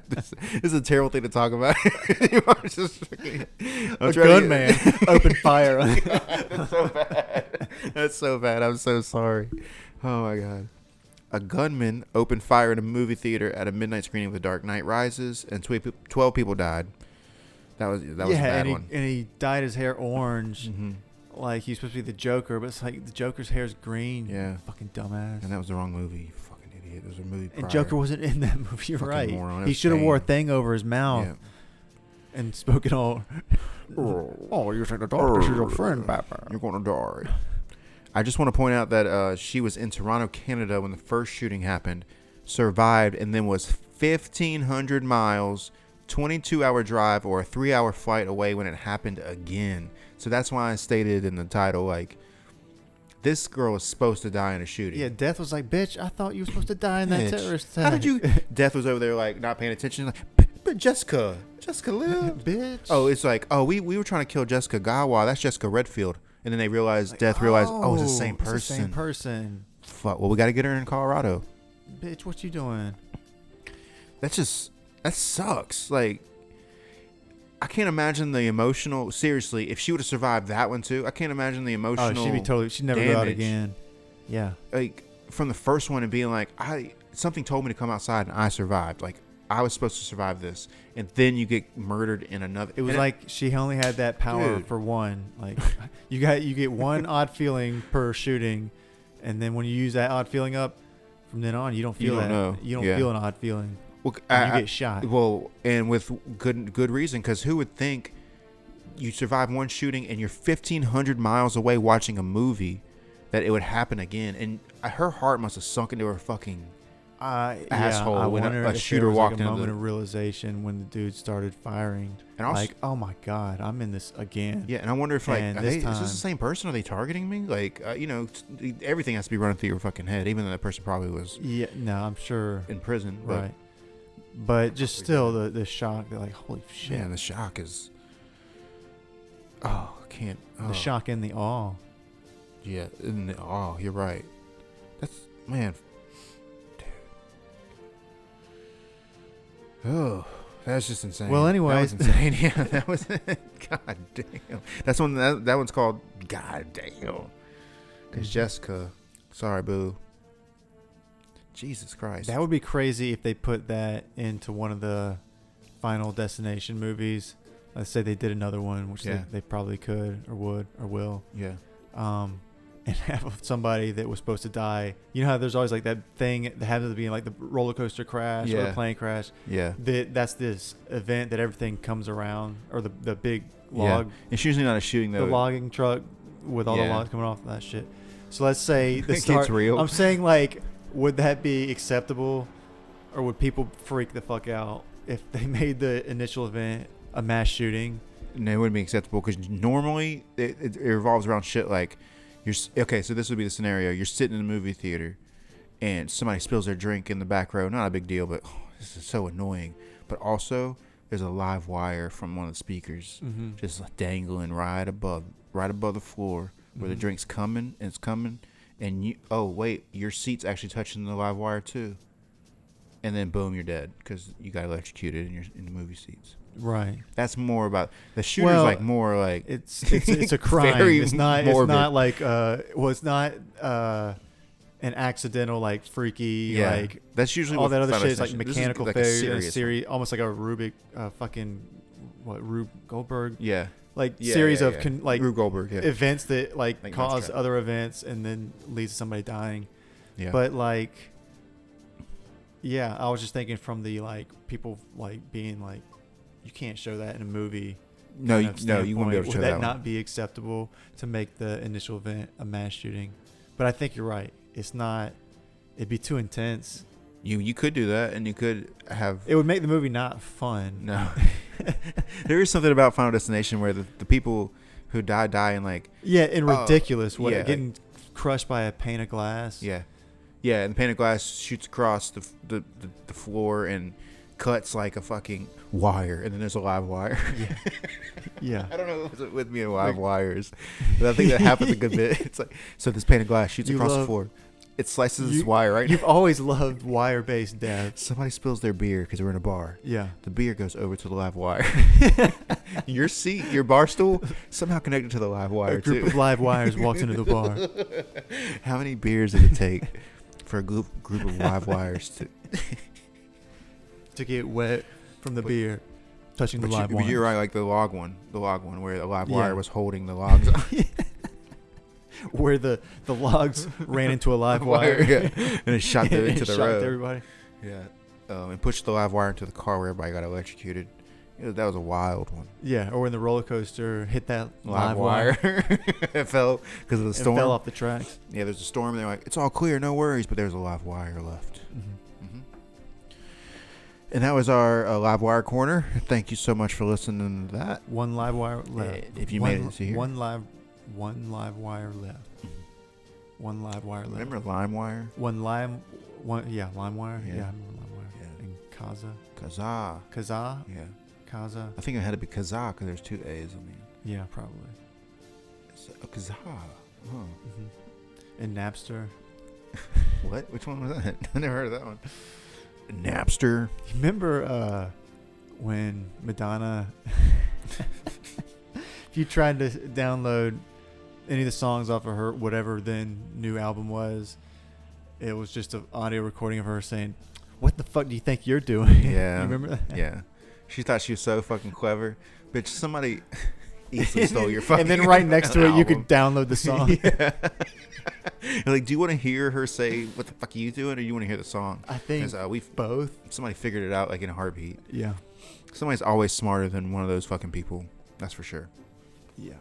Speaker 5: this, this is a terrible thing to talk about. (laughs) I'm just freaking- I'm
Speaker 3: a
Speaker 5: trying to get-
Speaker 3: gunman
Speaker 5: (laughs)
Speaker 3: opened fire. on-
Speaker 5: That's so bad. (laughs) That's so bad. I'm so sorry. Oh my god. A gunman opened fire in a movie theater at a midnight screening of The Dark Knight Rises, and twe- 12 people died. That was that was a
Speaker 3: yeah,
Speaker 5: bad
Speaker 3: and he,
Speaker 5: one. Mm-hmm.
Speaker 3: and he dyed his hair orange, like he's supposed to be the Joker, but it's like the Joker's hair is green.
Speaker 5: Yeah.
Speaker 3: fucking dumbass.
Speaker 5: And that was the wrong movie. You fucking idiot. It was a movie.
Speaker 3: And
Speaker 5: prior.
Speaker 3: Joker wasn't in that (laughs) movie, You're
Speaker 5: Fucking
Speaker 3: right?
Speaker 5: moron. It
Speaker 3: He
Speaker 5: was
Speaker 3: should have wore a
Speaker 5: Bane.
Speaker 3: thing over his mouth
Speaker 5: Yeah.
Speaker 3: and spoken all.
Speaker 5: (laughs) Oh,
Speaker 3: you think the
Speaker 5: darkness is your friend,
Speaker 3: Batman?
Speaker 5: You're going to die. I just want to point out that uh, she was in Toronto, Canada when the first shooting happened, survived, and then was 1,500 miles, 22 hour drive, or a three hour flight away when it happened again. So that's why I stated in the title, like, this girl is supposed to die in a shooting.
Speaker 3: Yeah, Death was like, "Bitch, I thought you were supposed to die in that
Speaker 5: Bitch.
Speaker 3: terrorist attack." (laughs)
Speaker 5: How did you? (laughs) Death was over there, like, not paying attention. Like, but Jessica, Jessica lived.
Speaker 3: bitch?
Speaker 5: Oh, it's like, oh, we, we were trying to kill Jessica Gawa. That's Jessica Redfield. And then they realized, Death realized, oh, it's the same person.
Speaker 3: It's the same person.
Speaker 5: Fuck. Well, we got to get her in Colorado.
Speaker 3: Bitch, what you doing?
Speaker 5: That's just, that sucks. Like, I can't imagine the emotional. Seriously, if she would have survived that one too, I can't imagine the
Speaker 3: Oh,
Speaker 5: emotional.
Speaker 3: she'd be totally. She'd never go out
Speaker 5: damage.
Speaker 3: again. Yeah.
Speaker 5: Like from the first one and being like, I something told me to come outside and I survived. Like I was supposed to survive this, and then you get murdered in another.
Speaker 3: It was
Speaker 5: and
Speaker 3: like she only had that power
Speaker 5: Dude.
Speaker 3: for one.
Speaker 5: (laughs)
Speaker 3: Like you got you get one odd feeling per shooting, and then when you use that odd feeling up, from then on you don't
Speaker 5: You
Speaker 3: feel
Speaker 5: don't
Speaker 3: that.
Speaker 5: know.
Speaker 3: You don't
Speaker 5: Yeah.
Speaker 3: feel an odd feeling.
Speaker 5: Well,
Speaker 3: and you get shot.
Speaker 5: Well, and with good good reason, because who would think you survive one shooting and you're 1,500 miles away watching a movie that it would happen again? And uh, her heart must have sunk into her fucking.
Speaker 3: I yeah,
Speaker 5: Asshole
Speaker 3: I
Speaker 5: when a-
Speaker 3: wonder
Speaker 5: a
Speaker 3: if there
Speaker 5: shooter
Speaker 3: was,
Speaker 5: walked
Speaker 3: like a
Speaker 5: into
Speaker 3: moment
Speaker 5: the-
Speaker 3: of realization when the dude started firing.
Speaker 5: And also-
Speaker 3: like, oh my god, I'm in this again.
Speaker 5: Yeah, and I wonder if like
Speaker 3: And
Speaker 5: are
Speaker 3: this
Speaker 5: they, is
Speaker 3: time-
Speaker 5: this the same person? Are they targeting me? Like uh, you know, t- everything has to be running through your fucking head. Even though that person probably was
Speaker 3: Yeah. No, I'm sure.
Speaker 5: in prison, but
Speaker 3: right. But just still the the shock. They're like, holy shit.
Speaker 5: man, the shock is. Oh, I can't. Oh.
Speaker 3: the shock and the awe.
Speaker 5: Yeah, and the, oh, you're right. That's man, dude. Oh, that's just insane.
Speaker 3: Well, anyways.
Speaker 5: that was insane. (laughs) Yeah, that was. God damn. That's one. That, that one's called God damn.
Speaker 3: Mm-hmm.
Speaker 5: Because Jessica, sorry, boo. Jesus Christ.
Speaker 3: That would be crazy if they put that into one of the Final Destination movies. Let's say they did another one, which
Speaker 5: Yeah.
Speaker 3: they, they probably could or would or will.
Speaker 5: yeah.
Speaker 3: Um, (laughs) and have somebody that was supposed to die. You know how there's always like that thing that happens to be like the roller coaster crash or the
Speaker 5: Yeah.
Speaker 3: plane crash.
Speaker 5: Yeah.
Speaker 3: That that's this event that everything comes around or the the big
Speaker 5: Yeah.
Speaker 3: log
Speaker 5: It's usually not a shooting though.
Speaker 3: the logging truck with all the
Speaker 5: Yeah.
Speaker 3: logs coming off of that shit. So let's
Speaker 5: (laughs)
Speaker 3: say the
Speaker 5: It gets
Speaker 3: start.
Speaker 5: real.
Speaker 3: I'm saying like, would that be acceptable, or would people freak the fuck out? if they (laughs) made the initial event a mass shooting,
Speaker 5: And it wouldn't be acceptable because normally it, it, it revolves around shit like you're s- okay. So this would be the scenario: you're sitting in a movie theater, and somebody spills their drink in the back row. Not a big deal, but oh, this is so annoying. But also, there's a live wire from one of the speakers just like dangling right above, right above the floor where the drink's coming and it's coming. And you, oh wait, your seat's actually touching the live wire too. And then boom, you're dead because you got electrocuted in your in the movie seats.
Speaker 3: right?
Speaker 5: That's more about the shooter's
Speaker 3: Well,
Speaker 5: like more like
Speaker 3: It's it's, it's
Speaker 5: (laughs)
Speaker 3: a crime.
Speaker 5: Very
Speaker 3: it's not
Speaker 5: morbid.
Speaker 3: it's not like uh well it's not uh an accidental like freaky
Speaker 5: yeah.
Speaker 3: like
Speaker 5: that's usually
Speaker 3: all
Speaker 5: what
Speaker 3: that other shit is
Speaker 5: found
Speaker 3: like
Speaker 5: us- this
Speaker 3: mechanical
Speaker 5: like a
Speaker 3: failure,
Speaker 5: serious-
Speaker 3: series, almost like a Rubik, uh, fucking what Rube Goldberg,
Speaker 5: Yeah,
Speaker 3: like
Speaker 5: Yeah,
Speaker 3: series
Speaker 5: yeah,
Speaker 3: of
Speaker 5: yeah.
Speaker 3: Con, like
Speaker 5: Rube Goldberg. Yeah,
Speaker 3: events that like,
Speaker 5: Like
Speaker 3: cause
Speaker 5: Mousetrap.
Speaker 3: other events and then leads to somebody dying.
Speaker 5: yeah.
Speaker 3: But like, yeah, I was just thinking from the like people like being like, you can't show that in a movie.
Speaker 5: no,
Speaker 3: kind
Speaker 5: you,
Speaker 3: of
Speaker 5: no, you won't
Speaker 3: standpoint.
Speaker 5: be able to show
Speaker 3: Would
Speaker 5: that.
Speaker 3: that
Speaker 5: one.
Speaker 3: not be acceptable to make the initial event a mass shooting? But I think you're right. It's not. It'd be too intense.
Speaker 5: you you could do that, and you could have
Speaker 3: It would make the movie not fun. (laughs)
Speaker 5: (laughs) no. there is something about Final Destination where the, the people who die die and like
Speaker 3: Yeah, and
Speaker 5: Oh,
Speaker 3: ridiculous. what
Speaker 5: yeah, like-
Speaker 3: getting crushed by a pane of glass.
Speaker 5: yeah, yeah, and the pane of glass shoots across the f- the, the, the floor and cuts like a fucking wire, and then there's a live wire.
Speaker 3: yeah.
Speaker 5: I don't know what's with me and live wires, but I think that happens a
Speaker 3: (laughs)
Speaker 5: good bit. It's like so this pane of glass shoots
Speaker 3: You
Speaker 5: across the
Speaker 3: love-
Speaker 5: floor, it slices this
Speaker 3: You-
Speaker 5: wire right.
Speaker 3: You've always loved wire-based deaths.
Speaker 5: (laughs) Somebody spills their beer because we're in a bar.
Speaker 3: Yeah.
Speaker 5: The beer goes over to the live
Speaker 3: (laughs)
Speaker 5: wire. your seat, your bar stool, somehow connected to the live wire
Speaker 3: A group
Speaker 5: too.
Speaker 3: of live
Speaker 5: (laughs)
Speaker 3: wires walks into the bar.
Speaker 5: How many beers did it take for a group group of
Speaker 3: (laughs)
Speaker 5: live wires to?
Speaker 3: to get wet from the
Speaker 5: But-
Speaker 3: beer, touching the
Speaker 5: But
Speaker 3: live
Speaker 5: you,
Speaker 3: wire.
Speaker 5: are right, like the log one, the log one where the live
Speaker 3: Yeah.
Speaker 5: wire was holding the
Speaker 3: (laughs)
Speaker 5: logs. (laughs)
Speaker 3: Where the, the logs ran into a live wire,
Speaker 5: (laughs) wire, yeah, and it
Speaker 3: (laughs)
Speaker 5: shot them into
Speaker 3: and
Speaker 5: the
Speaker 3: shocked
Speaker 5: road.
Speaker 3: everybody.
Speaker 5: Yeah, um, and pushed the live wire into the car where everybody got electrocuted. Yeah, that was a wild one.
Speaker 3: Yeah, or when the roller coaster hit that live, wire, (laughs)
Speaker 5: (laughs) it fell because of the
Speaker 3: and
Speaker 5: storm.
Speaker 3: fell off the tracks.
Speaker 5: Yeah, there's a storm. And they're like, it's all clear, no worries. But there's a live wire left.
Speaker 3: Mm-hmm.
Speaker 5: hmm And that was our uh, live wire corner. Thank you so much for listening to that.
Speaker 3: One live wire left.
Speaker 5: Eh, if you
Speaker 3: one,
Speaker 5: made it to here.
Speaker 3: one live, one live wire left. One live wire left.
Speaker 5: Mm-hmm. Remember LimeWire?
Speaker 3: one lime, one yeah, lime wire.
Speaker 5: Yeah.
Speaker 3: Yeah, I remember lime wire.
Speaker 5: Yeah.
Speaker 3: And Kaza,
Speaker 5: Kazaa.
Speaker 3: Kaza,
Speaker 5: Yeah,
Speaker 3: Kaza.
Speaker 5: I think it had to be Kazaa because there's two A's. I mean,
Speaker 3: Yeah, probably.
Speaker 5: It's- uh, Kazaa. Oh, Huh.
Speaker 3: hmm And Napster.
Speaker 5: What? Which one was that? (laughs) I never heard of that one. Napster.
Speaker 3: Remember uh, when Madonna, (laughs) if you tried to download any of the songs off of her whatever then new album was, it was just an audio recording of her saying, "What the fuck do you think you're doing?" (laughs)
Speaker 5: Yeah.
Speaker 3: you remember that? (laughs)
Speaker 5: Yeah. She thought she was so fucking clever.
Speaker 3: (laughs)
Speaker 5: Bitch, somebody easily stole your fucking
Speaker 3: and then right next to it, you
Speaker 5: (laughs) album.
Speaker 3: could download the song.
Speaker 5: Yeah. like, do you want to hear her say what the fuck are you doing, or you want to hear the song?
Speaker 3: I think
Speaker 5: 'Cause, uh, we
Speaker 3: Both.
Speaker 5: somebody figured it out like in a heartbeat.
Speaker 3: Yeah.
Speaker 5: Somebody's always smarter than one of those fucking people. That's for sure.
Speaker 3: Yeah.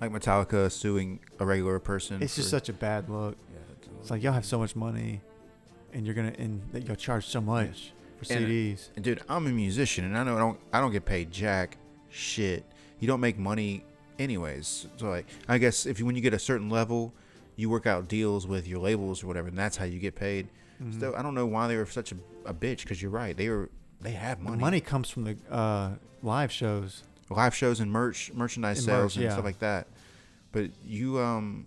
Speaker 5: Like Metallica suing a regular person.
Speaker 3: It's just
Speaker 5: for-
Speaker 3: such a bad look.
Speaker 5: Yeah, it's-
Speaker 3: It's like y'all have so much money, and you're gonna and that y'all charge so much for
Speaker 5: And-
Speaker 3: CDs.
Speaker 5: dude, I'm a musician, and I know I don't I don't get paid jack shit. You don't make money anyways. So like, I guess if you, when you get a certain level, you work out deals with your labels or whatever, and that's how you get paid.
Speaker 3: Mm-hmm.
Speaker 5: So I don't know why they were such a, a bitch. Because you're right, they were they have
Speaker 3: The
Speaker 5: money.
Speaker 3: money comes from the uh, live shows.
Speaker 5: live shows and merch, merchandise
Speaker 3: And
Speaker 5: sales
Speaker 3: merch,
Speaker 5: and
Speaker 3: yeah.
Speaker 5: stuff like that. But you, um,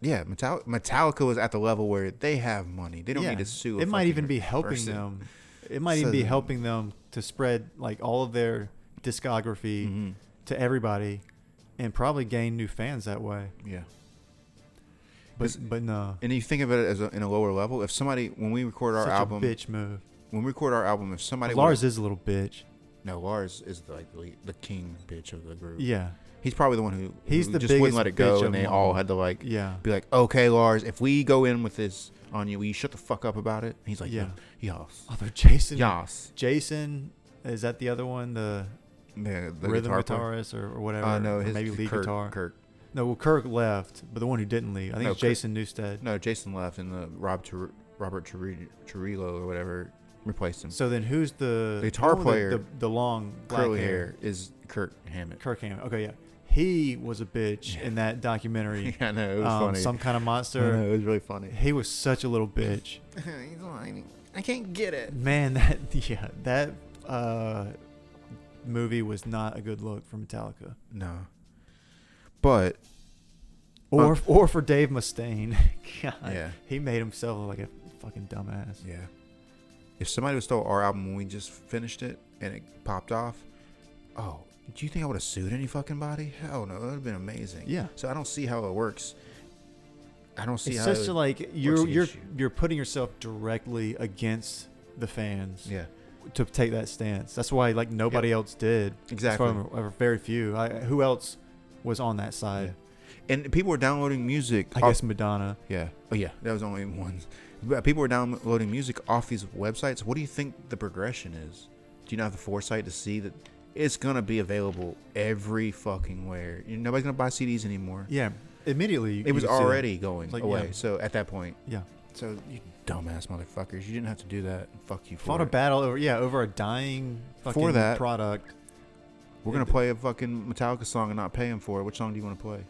Speaker 5: yeah, Metal- Metallica was at the level where they have money. They don't
Speaker 3: yeah.
Speaker 5: need to sue. a
Speaker 3: It might
Speaker 5: fucking
Speaker 3: even be helping
Speaker 5: person.
Speaker 3: them. It might even
Speaker 5: So-
Speaker 3: be helping them to spread like all of their discography
Speaker 5: Mm-hmm.
Speaker 3: to everybody, and probably gain new fans that way.
Speaker 5: Yeah.
Speaker 3: But
Speaker 5: 'Cause-
Speaker 3: but no,
Speaker 5: And you think of it as a, in a lower level. If somebody, when we record our
Speaker 3: such
Speaker 5: album,
Speaker 3: a bitch move.
Speaker 5: when we record our album, if somebody
Speaker 3: Lars
Speaker 5: would've-
Speaker 3: is a little bitch.
Speaker 5: no Lars is the, like the, the king bitch of the group.
Speaker 3: Yeah,
Speaker 5: he's probably the one who
Speaker 3: He's
Speaker 5: who
Speaker 3: the
Speaker 5: just wouldn't
Speaker 3: biggest
Speaker 5: let it
Speaker 3: bitch
Speaker 5: go,
Speaker 3: of
Speaker 5: and they
Speaker 3: them
Speaker 5: all
Speaker 3: all.
Speaker 5: had to like
Speaker 3: yeah.
Speaker 5: be like, okay, Lars, if we go in with this on you, will you shut the fuck up about it? And he's like, yeah,
Speaker 3: Yeah. (laughs)
Speaker 5: yes,
Speaker 3: Although Jason,
Speaker 5: yes.
Speaker 3: Jason is that the other one, the,
Speaker 5: Yeah, the
Speaker 3: rhythm
Speaker 5: guitar player.
Speaker 3: guitarist or, or whatever.
Speaker 5: Uh, no,
Speaker 3: or
Speaker 5: his
Speaker 3: maybe lead
Speaker 5: Kirk,
Speaker 3: guitar.
Speaker 5: Kirk.
Speaker 3: No, well Kirk left, but the one who didn't leave, I think
Speaker 5: No,
Speaker 3: it's
Speaker 5: Kirk-
Speaker 3: Jason Newstead.
Speaker 5: No, Jason left, and the Rob Ter- Robert Ter- Terrillo or whatever replaced him.
Speaker 3: So then who's the
Speaker 5: Guitar
Speaker 3: the one with
Speaker 5: player.
Speaker 3: The, the, the long black
Speaker 5: Curly
Speaker 3: hair.
Speaker 5: hair is Kirk Hammett.
Speaker 3: Kirk Hammett. Okay, yeah. He was a bitch in that documentary.
Speaker 5: (laughs)
Speaker 3: um,
Speaker 5: Yeah, I know, it was funny.
Speaker 3: Some kind of
Speaker 5: I know,
Speaker 3: monster.
Speaker 5: it was
Speaker 3: (laughs)
Speaker 5: really funny.
Speaker 3: He was such a little bitch.
Speaker 5: He's lying. I can't get it.
Speaker 3: Man, (laughs) that yeah, that uh, movie was not a good look for Metallica.
Speaker 5: No. But
Speaker 3: Or or for Dave Mustaine. (laughs) God,
Speaker 5: Yeah.
Speaker 3: He made himself look like a fucking dumbass.
Speaker 5: yeah, if somebody would stole our album when we just finished it and it popped off, oh, do you think I would have sued any fucking body? Hell no, that would have been amazing.
Speaker 3: Yeah.
Speaker 5: So I don't see how it works. I don't see
Speaker 3: It's
Speaker 5: how.
Speaker 3: such
Speaker 5: it
Speaker 3: a, like you're
Speaker 5: works
Speaker 3: you're
Speaker 5: against you.
Speaker 3: you're putting yourself directly against the fans.
Speaker 5: Yeah.
Speaker 3: to take that stance. That's why like nobody else did.
Speaker 5: Exactly.
Speaker 3: As far as- or uh, very few. I, who else was on that
Speaker 5: Yeah.
Speaker 3: side?
Speaker 5: And people were downloading music.
Speaker 3: I
Speaker 5: off-
Speaker 3: guess Madonna.
Speaker 5: Yeah. Oh yeah, that was only one. But people were downloading music off these websites. What do you think the progression is? Do you not have the foresight to see that it's gonna be available every fucking where? You- Nobody's gonna buy CDs anymore.
Speaker 3: Yeah. Immediately.
Speaker 5: It was already going
Speaker 3: Like,
Speaker 5: away.
Speaker 3: yeah.
Speaker 5: So at that point,
Speaker 3: Yeah.
Speaker 5: so you dumbass motherfuckers, you didn't have to do that. Fuck you for
Speaker 3: Fought a
Speaker 5: it.
Speaker 3: battle over yeah over a dying fucking
Speaker 5: that-
Speaker 3: product.
Speaker 5: We're gonna play a fucking Metallica song and not pay him for it. Which song do you want to play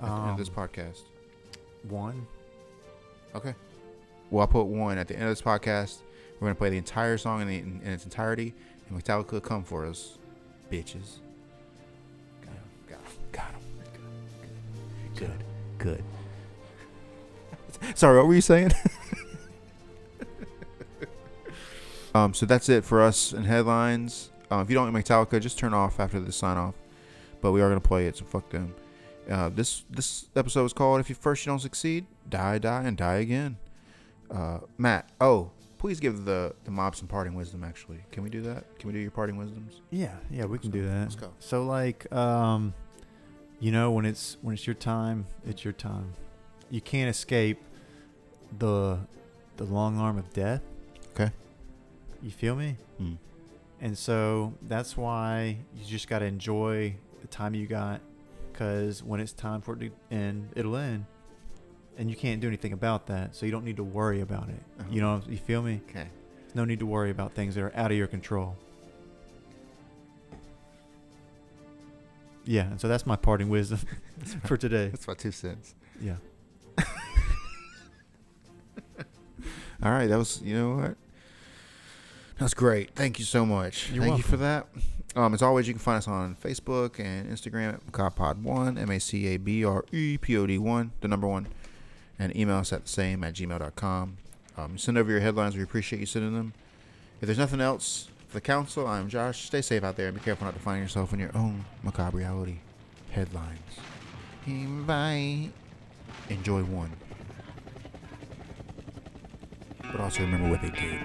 Speaker 5: at the end of this
Speaker 3: Um,
Speaker 5: podcast?
Speaker 3: One.
Speaker 5: Okay. Well, I put one at the end of this podcast. We're gonna play the entire song in, the, in, its entirety, and Metallica will come for us, bitches. Got him. Got him. Got him. Good. Good. good. (laughs) Sorry, what were you saying? um. So that's it for us in headlines. Uh, if you don't like Metallica, just turn off after the sign off. But we are gonna play it, so fuck them. Uh, this this episode is called "If You First You Don't Succeed, Die, Die, and Die Again." Uh, Matt, oh, please give the the mob some parting wisdom. Actually, can we do that? Can we do your parting wisdoms?
Speaker 3: Yeah. Yeah. We can
Speaker 5: So,
Speaker 3: do that.
Speaker 5: let's go.
Speaker 3: So like um, you know when it's when it's your time, it's your time. You can't escape the the long arm of death.
Speaker 5: Okay.
Speaker 3: You feel me?
Speaker 5: Mm.
Speaker 3: And so that's why you just got to enjoy the time you got because when it's time for it to end, it'll end. And you can't do anything about that. So you don't need to worry about it.
Speaker 5: Uh-huh.
Speaker 3: You know, you feel me?
Speaker 5: Okay.
Speaker 3: No need to worry about things that are out of your control. Yeah. And so that's my parting wisdom (laughs) for today.
Speaker 5: (laughs) That's my two cents.
Speaker 3: Yeah.
Speaker 5: All right, that was you know what. That's great. Thank you so much.
Speaker 3: You're
Speaker 5: Thank you
Speaker 3: welcome.
Speaker 5: for that. Um, as always, you can find us on Facebook and Instagram at MacabrePod1, M A C A B R E P O D 1, the number one. And email us at the same at gmail.com. Um, send over your headlines. We appreciate you sending them. If there's nothing else for the council, I'm Josh. Stay safe out there and be careful not to find yourself in your own macabre reality. Headlines. Bye. Enjoy one. But also remember what they did.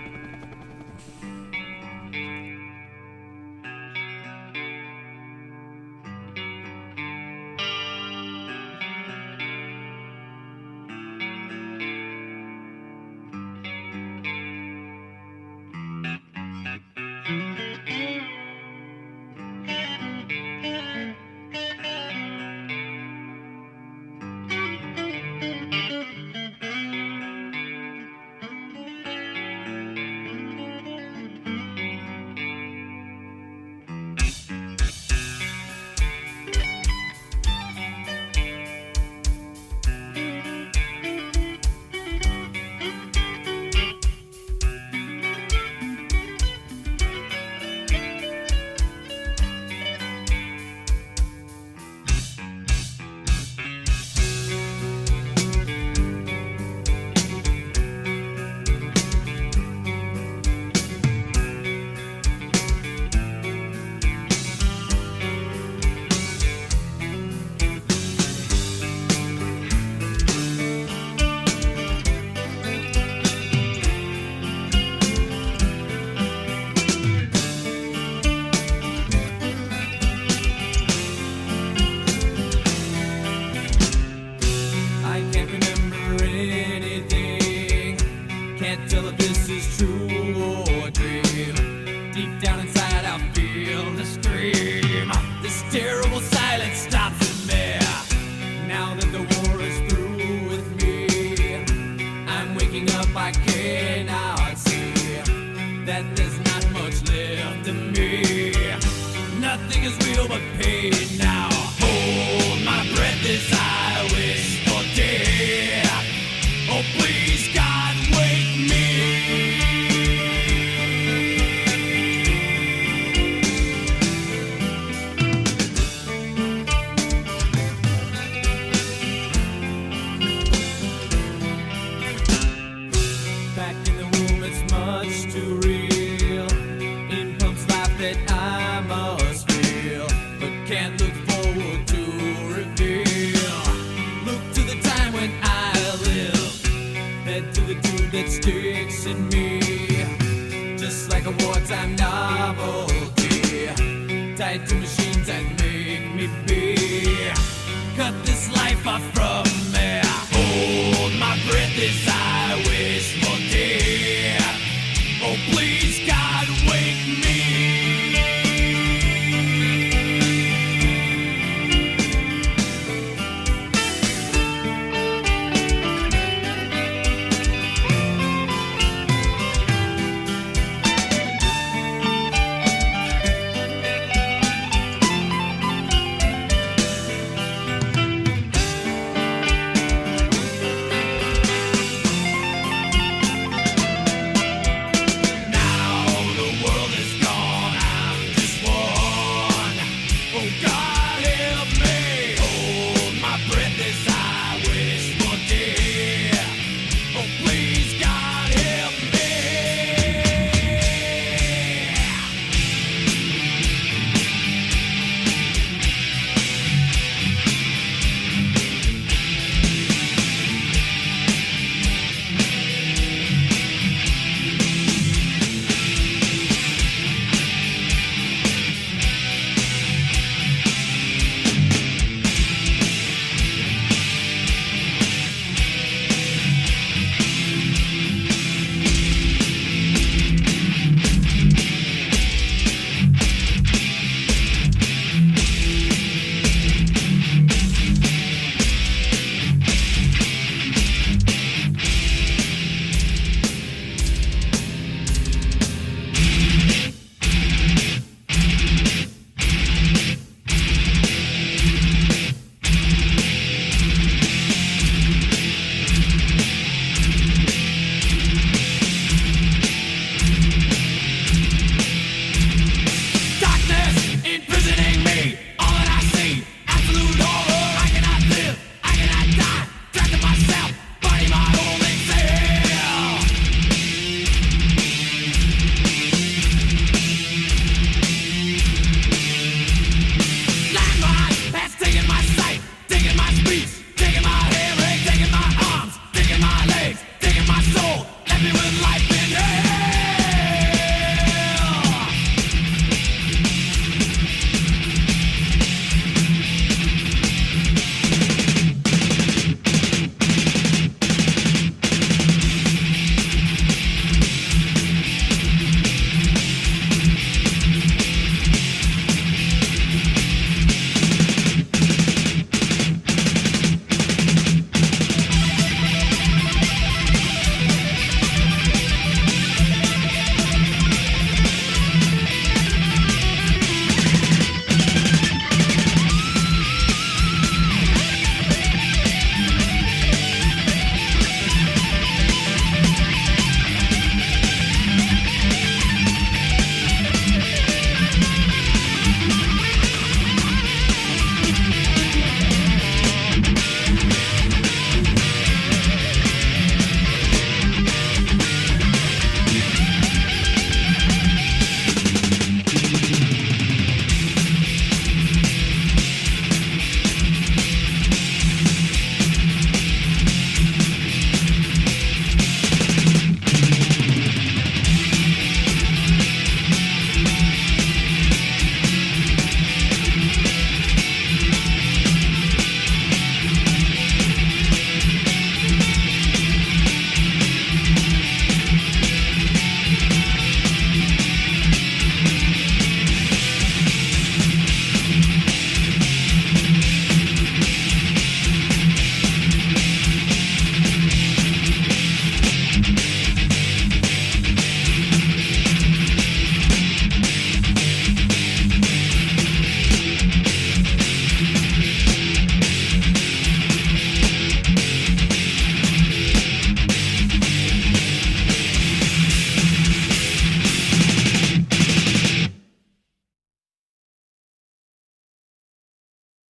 Speaker 6: I can't remember anything. Can't tell if this is true or a dream. Deep down inside, I feel the scream. This terrible silence stops in there. Now that the war is through with me, I'm waking up, I cannot see. that there's not much left of me. Nothing is real but pain now. Hold my breath as I wish for death. Oh, please, God, wake me. Back in the womb, it's much too real. In pumps life that I must feel, but can't look forward to reveal. Look to the time when I live, then to the tube that sticks in me, just like a wartime novelty, tied to me Oh,